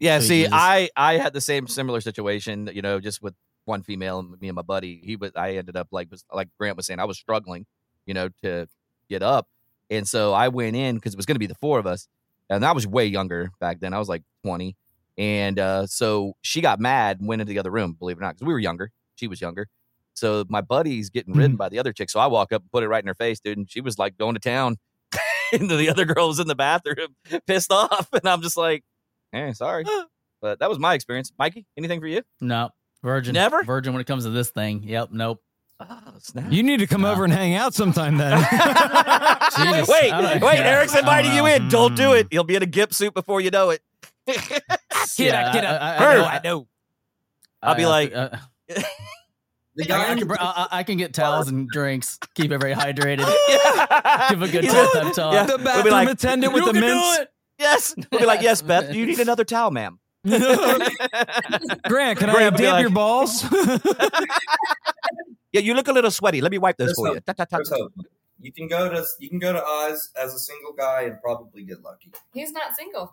Speaker 5: Yeah,
Speaker 9: So you
Speaker 5: see,
Speaker 9: just-
Speaker 5: I I had the same similar situation, you know, just with one female and me and my buddy. He was I ended up like was like Grant was saying, I was struggling, you know, to get up. And so I went in because it was gonna be the four of us. And I was way younger back then. I was like 20. And uh, so she got mad and went into the other room, believe it or not, because we were younger. She was younger. So my buddy's getting
Speaker 9: Mm-hmm.
Speaker 5: ridden by the other chick. So I walk up and put it right in her face, dude. And she was like going to town. and the other girl was in the bathroom, pissed off. And I'm just like, eh, sorry. But that was my experience. Mikey, anything for you?
Speaker 9: No, virgin.
Speaker 5: Never?
Speaker 9: virgin when it comes to this thing. Yep. Nope.
Speaker 5: Oh, snap.
Speaker 8: You need to come
Speaker 9: Yeah.
Speaker 8: over and hang out sometime then.
Speaker 9: Jesus,
Speaker 5: wait,
Speaker 9: I Mm.
Speaker 5: wait,
Speaker 9: don't- yeah,
Speaker 5: Eric's
Speaker 9: I don't
Speaker 5: inviting you
Speaker 9: know.
Speaker 5: in. Don't do it. He'll be in a gimp suit before you know it. Ah,
Speaker 8: Kid, I- kid, I-
Speaker 9: I- I-
Speaker 5: Her.
Speaker 9: I- I-
Speaker 8: know.
Speaker 5: I'll be
Speaker 9: I- uh,
Speaker 5: like-
Speaker 9: I-
Speaker 6: The
Speaker 9: I,
Speaker 6: guy
Speaker 9: I,
Speaker 6: in
Speaker 9: can, br-
Speaker 6: the-
Speaker 9: I, I- I can get towels and drinks. Keep everybody hydrated. Give a good
Speaker 5: He's like,
Speaker 9: tip talk.
Speaker 5: Yeah.
Speaker 8: The
Speaker 5: We'll
Speaker 8: bathroom
Speaker 5: be like,
Speaker 8: attendant with the mints.
Speaker 5: yes. We'll be like, yes, Beth, you need another towel, ma'am.
Speaker 8: Grant, can I
Speaker 5: Grant, be
Speaker 8: dip
Speaker 5: like-
Speaker 8: your balls?
Speaker 5: Yeah, you look a little sweaty. Let me wipe this
Speaker 6: There's
Speaker 5: for you.
Speaker 6: hope. There's hope. You can go to you can go to Oz as a single guy and probably get lucky.
Speaker 7: He's not single.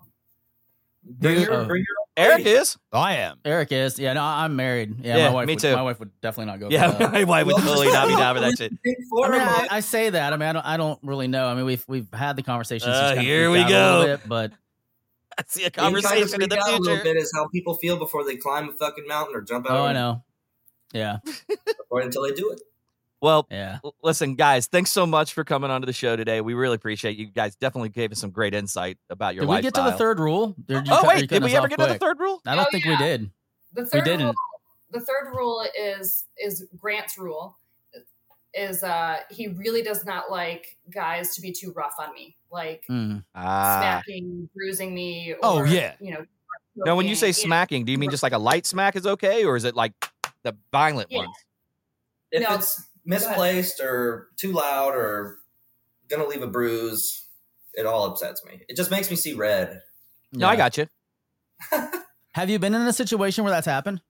Speaker 6: Bring your,
Speaker 9: Oh.
Speaker 6: bring your
Speaker 5: Eric is.
Speaker 8: I am.
Speaker 9: Eric is. Yeah, no, I'm married. Yeah,
Speaker 5: Yeah,
Speaker 9: my wife
Speaker 5: me
Speaker 9: would,
Speaker 5: too.
Speaker 9: My wife would definitely not go.
Speaker 5: Yeah,
Speaker 9: For that.
Speaker 5: my wife would
Speaker 6: Well-
Speaker 5: totally not be down with that shit.
Speaker 6: pink
Speaker 9: I,
Speaker 6: Florida
Speaker 9: mean, I,
Speaker 6: man.
Speaker 9: I say that. I mean, I don't. I don't really know. I mean, we've we've had the conversation.
Speaker 5: Uh,
Speaker 9: since
Speaker 5: here we go.
Speaker 9: but
Speaker 5: I see a
Speaker 6: Being kind of
Speaker 5: conversation
Speaker 6: freaked
Speaker 5: in the
Speaker 6: out A little
Speaker 5: future.
Speaker 6: bit is how people feel before they climb a fucking mountain or jump out
Speaker 9: oh, I
Speaker 6: of-
Speaker 9: know. Yeah,
Speaker 6: or until they do it.
Speaker 5: Well,
Speaker 9: yeah.
Speaker 5: L- Listen, guys, thanks so much for coming onto the show today. We really appreciate you guys. Definitely gave us some great insight about your
Speaker 9: Did
Speaker 5: lifestyle.
Speaker 9: we get to the third rule? Or did you cut-
Speaker 5: Oh
Speaker 9: or you
Speaker 5: wait,
Speaker 9: cut
Speaker 5: did we
Speaker 9: us
Speaker 5: ever
Speaker 9: off
Speaker 5: get to the
Speaker 9: quick?
Speaker 5: third rule?
Speaker 9: I don't
Speaker 7: Oh,
Speaker 9: think we
Speaker 7: yeah.
Speaker 9: did.
Speaker 7: The third
Speaker 9: didn't.
Speaker 7: rule. The third rule is is Grant's rule. Is uh he really does not like guys to be too rough on me, like
Speaker 9: Mm.
Speaker 5: Ah.
Speaker 7: smacking, bruising me. Or,
Speaker 8: Oh, yeah.
Speaker 7: you know.
Speaker 5: Now, when you say
Speaker 7: choking,
Speaker 5: smacking, do you mean just like a light smack is okay, or is it like the violent
Speaker 7: Yeah.
Speaker 5: ones?
Speaker 7: you
Speaker 6: If
Speaker 7: know,
Speaker 6: it's misplaced or too loud or gonna leave a bruise, it all upsets me. It just makes me see red.
Speaker 5: No, I
Speaker 9: Yeah.
Speaker 5: got you.
Speaker 9: Have you been in a situation where that's happened?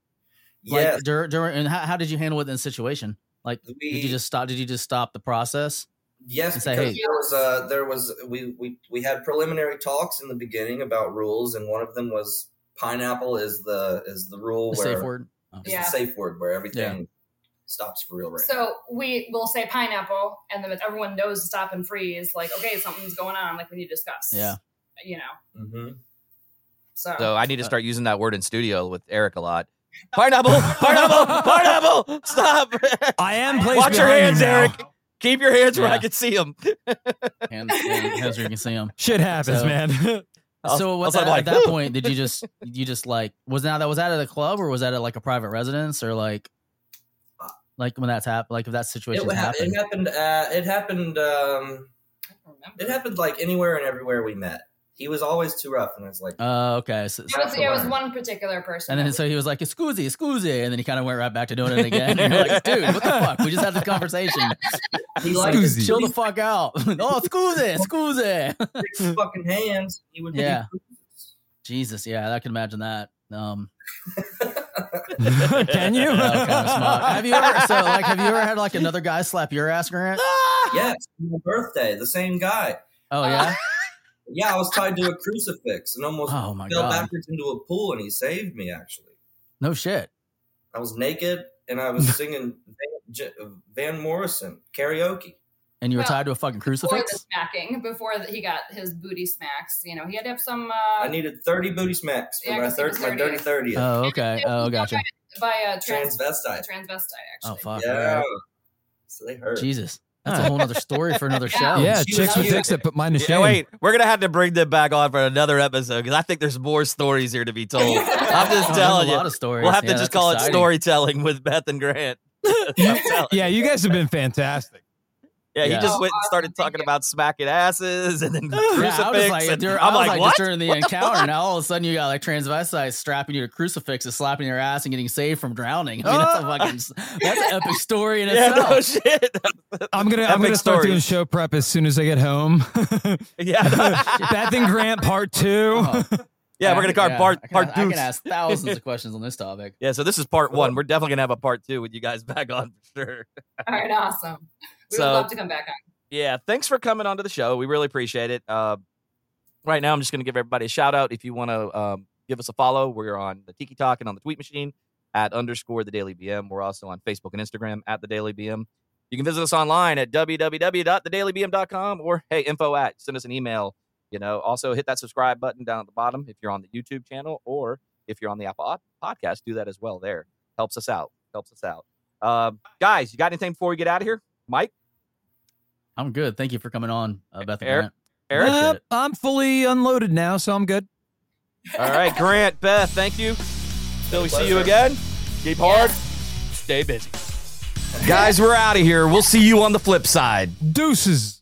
Speaker 6: Yes,
Speaker 9: Like dur- during and how, how did you handle it in the situation? Like did
Speaker 6: We-
Speaker 9: you just stop did you just stop the process?
Speaker 6: yes, because
Speaker 9: and say,
Speaker 6: there
Speaker 9: hey.
Speaker 6: was uh there was we, we we had preliminary talks in the beginning about rules, and one of them was pineapple is the is the rule
Speaker 9: The
Speaker 6: where
Speaker 9: safe word? Oh.
Speaker 6: is
Speaker 7: Yeah.
Speaker 6: the safe word where everything stops for real right now.
Speaker 7: So we will say pineapple, and then if everyone knows to stop and freeze. Like, okay, something's going on. Like we need to discuss.
Speaker 9: Yeah.
Speaker 7: You know.
Speaker 6: hmm
Speaker 7: So,
Speaker 5: So I need to
Speaker 9: Uh.
Speaker 5: start using that word in studio with Eric a lot. Pineapple, pineapple, pineapple! Stop!
Speaker 8: I am placed
Speaker 5: Watch your
Speaker 8: behind you
Speaker 5: hands,
Speaker 8: now.
Speaker 5: Eric. Keep your hands where I
Speaker 9: Yeah.
Speaker 5: can see them.
Speaker 9: Hands, hands hands where you can see them.
Speaker 8: Shit happens,
Speaker 9: So-
Speaker 8: man.
Speaker 9: so was that, at that point did you just you just like was now that was that at a club or was that at like a private residence or like like when that's happened like if that situation
Speaker 6: It, hap-
Speaker 9: happened.
Speaker 6: it happened. Uh, it happened. Um,
Speaker 7: I don't remember.
Speaker 6: it happened like anywhere and everywhere we met. He was always too rough, and I was like,
Speaker 9: Uh, okay.
Speaker 7: It
Speaker 9: So,
Speaker 7: was,
Speaker 6: That's the
Speaker 7: it was
Speaker 6: one.
Speaker 7: one particular person.
Speaker 9: and then
Speaker 7: that
Speaker 9: so he was like, "Excusey, excusey," and then he kind of went right back to doing it again. And you're like, "Dude, what the fuck? We just had this conversation.
Speaker 6: he liked
Speaker 9: Like,
Speaker 8: Excuse
Speaker 6: his
Speaker 9: chill the fuck out. oh, excusey, excusey."
Speaker 6: six fucking hands. He would.
Speaker 9: Yeah.
Speaker 6: Be,
Speaker 9: Jesus, yeah, I can imagine that. Um,
Speaker 8: Can you?
Speaker 9: that was kinda smart. have you ever so like have you ever had like another guy slap your ass, Grant?
Speaker 6: yes, my birthday, the same guy.
Speaker 9: Oh yeah.
Speaker 6: Yeah, I was tied to a crucifix and almost
Speaker 9: Oh my
Speaker 6: fell
Speaker 9: god.
Speaker 6: backwards into a pool, and he saved me. Actually,
Speaker 9: No shit.
Speaker 6: I was naked and I was singing Van- J- Van Morrison karaoke.
Speaker 9: and you were
Speaker 7: Well,
Speaker 9: tied to a fucking
Speaker 7: Before the
Speaker 9: crucifix.
Speaker 7: smacking, before that he got his booty smacks, you know, he had to have some. Uh,
Speaker 6: I needed 30 booty smacks for
Speaker 7: Yeah, I
Speaker 6: my,
Speaker 7: guess it
Speaker 6: third,
Speaker 7: was
Speaker 6: my dirty
Speaker 7: 30th.
Speaker 6: 30th.
Speaker 9: Oh, okay. Oh, gotcha.
Speaker 7: by a trans
Speaker 6: Transvestite.
Speaker 7: transvestite, actually.
Speaker 9: Oh, fuck.
Speaker 6: yeah.
Speaker 9: alright.
Speaker 6: So they hurt.
Speaker 9: Jesus, that's a whole nother story for another
Speaker 7: Yeah.
Speaker 9: show.
Speaker 8: yeah,
Speaker 6: she
Speaker 8: chicks
Speaker 6: was
Speaker 8: with
Speaker 6: cute.
Speaker 8: dicks that put mine to shame.
Speaker 5: Yeah, wait, we're gonna have to bring them back on for another episode because I think there's more stories here to be told. I'm
Speaker 9: Oh,
Speaker 5: just
Speaker 9: there's
Speaker 5: telling
Speaker 9: a
Speaker 5: you,
Speaker 9: lot of stories.
Speaker 5: we'll have to
Speaker 9: Yeah,
Speaker 5: just
Speaker 9: that's
Speaker 5: call
Speaker 9: exciting.
Speaker 5: it storytelling with Beth and Grant. I'm telling you.
Speaker 8: Yeah, you guys have been fantastic.
Speaker 5: yeah, he
Speaker 9: Yeah.
Speaker 5: just went and started
Speaker 7: Awesome, thank
Speaker 5: talking
Speaker 7: you.
Speaker 5: about smacking asses and then crucifix.
Speaker 9: Yeah, I was like,
Speaker 5: and
Speaker 9: during, I
Speaker 5: I'm
Speaker 9: was
Speaker 5: like,
Speaker 9: like,
Speaker 5: what?
Speaker 9: just during the encounter, and all of a sudden you got like transvestites strapping you to crucifixes, slapping your ass, and getting saved from drowning. I mean, that's a fucking that's an epic story in
Speaker 5: Uh. Yeah,
Speaker 9: itself.
Speaker 5: no Oh, shit.
Speaker 8: I'm gonna I'm
Speaker 5: Epic
Speaker 8: gonna start doing
Speaker 5: stories.
Speaker 8: show prep as soon as I get home.
Speaker 5: yeah,
Speaker 8: Beth and Grant part two.
Speaker 9: Oh,
Speaker 5: yeah, we're gonna call it
Speaker 9: yeah, I
Speaker 5: part
Speaker 9: can-
Speaker 5: part
Speaker 9: I
Speaker 5: two.
Speaker 9: can ask thousands of questions on this topic.
Speaker 5: Yeah, so this is part one. We're definitely gonna have a part two with you guys back on for sure.
Speaker 7: All right, awesome. We
Speaker 5: So-
Speaker 7: would love to come back on.
Speaker 5: Yeah, thanks for coming onto the show. We really appreciate it. Uh, right now, I'm just going to give everybody a shout out. If you want to um, give us a follow, we're on the Tiki Talk and on the Tweet Machine at underscore the Daily BM. We're also on Facebook and Instagram at the Daily BM. You can visit us online at www.thedailybm.com or hey, info at send us an email. You know, also hit that subscribe button down at the bottom if you're on the YouTube channel or if you're on the Apple Op- podcast, do that as well. There helps us out. Helps us out. Uh, guys, you got anything before we get out of here? Mike,
Speaker 9: I'm good. Thank you for coming on, uh, Beth. and
Speaker 5: Eric?
Speaker 9: Grant.
Speaker 5: Eric.
Speaker 8: Yep, I'm fully unloaded now, so I'm good.
Speaker 5: All right, Grant, Beth, thank you. Till we see you
Speaker 6: pleasure.
Speaker 5: again. Keep hard. Stay busy. Guys, we're out of here. We'll see you on the flip side.
Speaker 8: Deuces.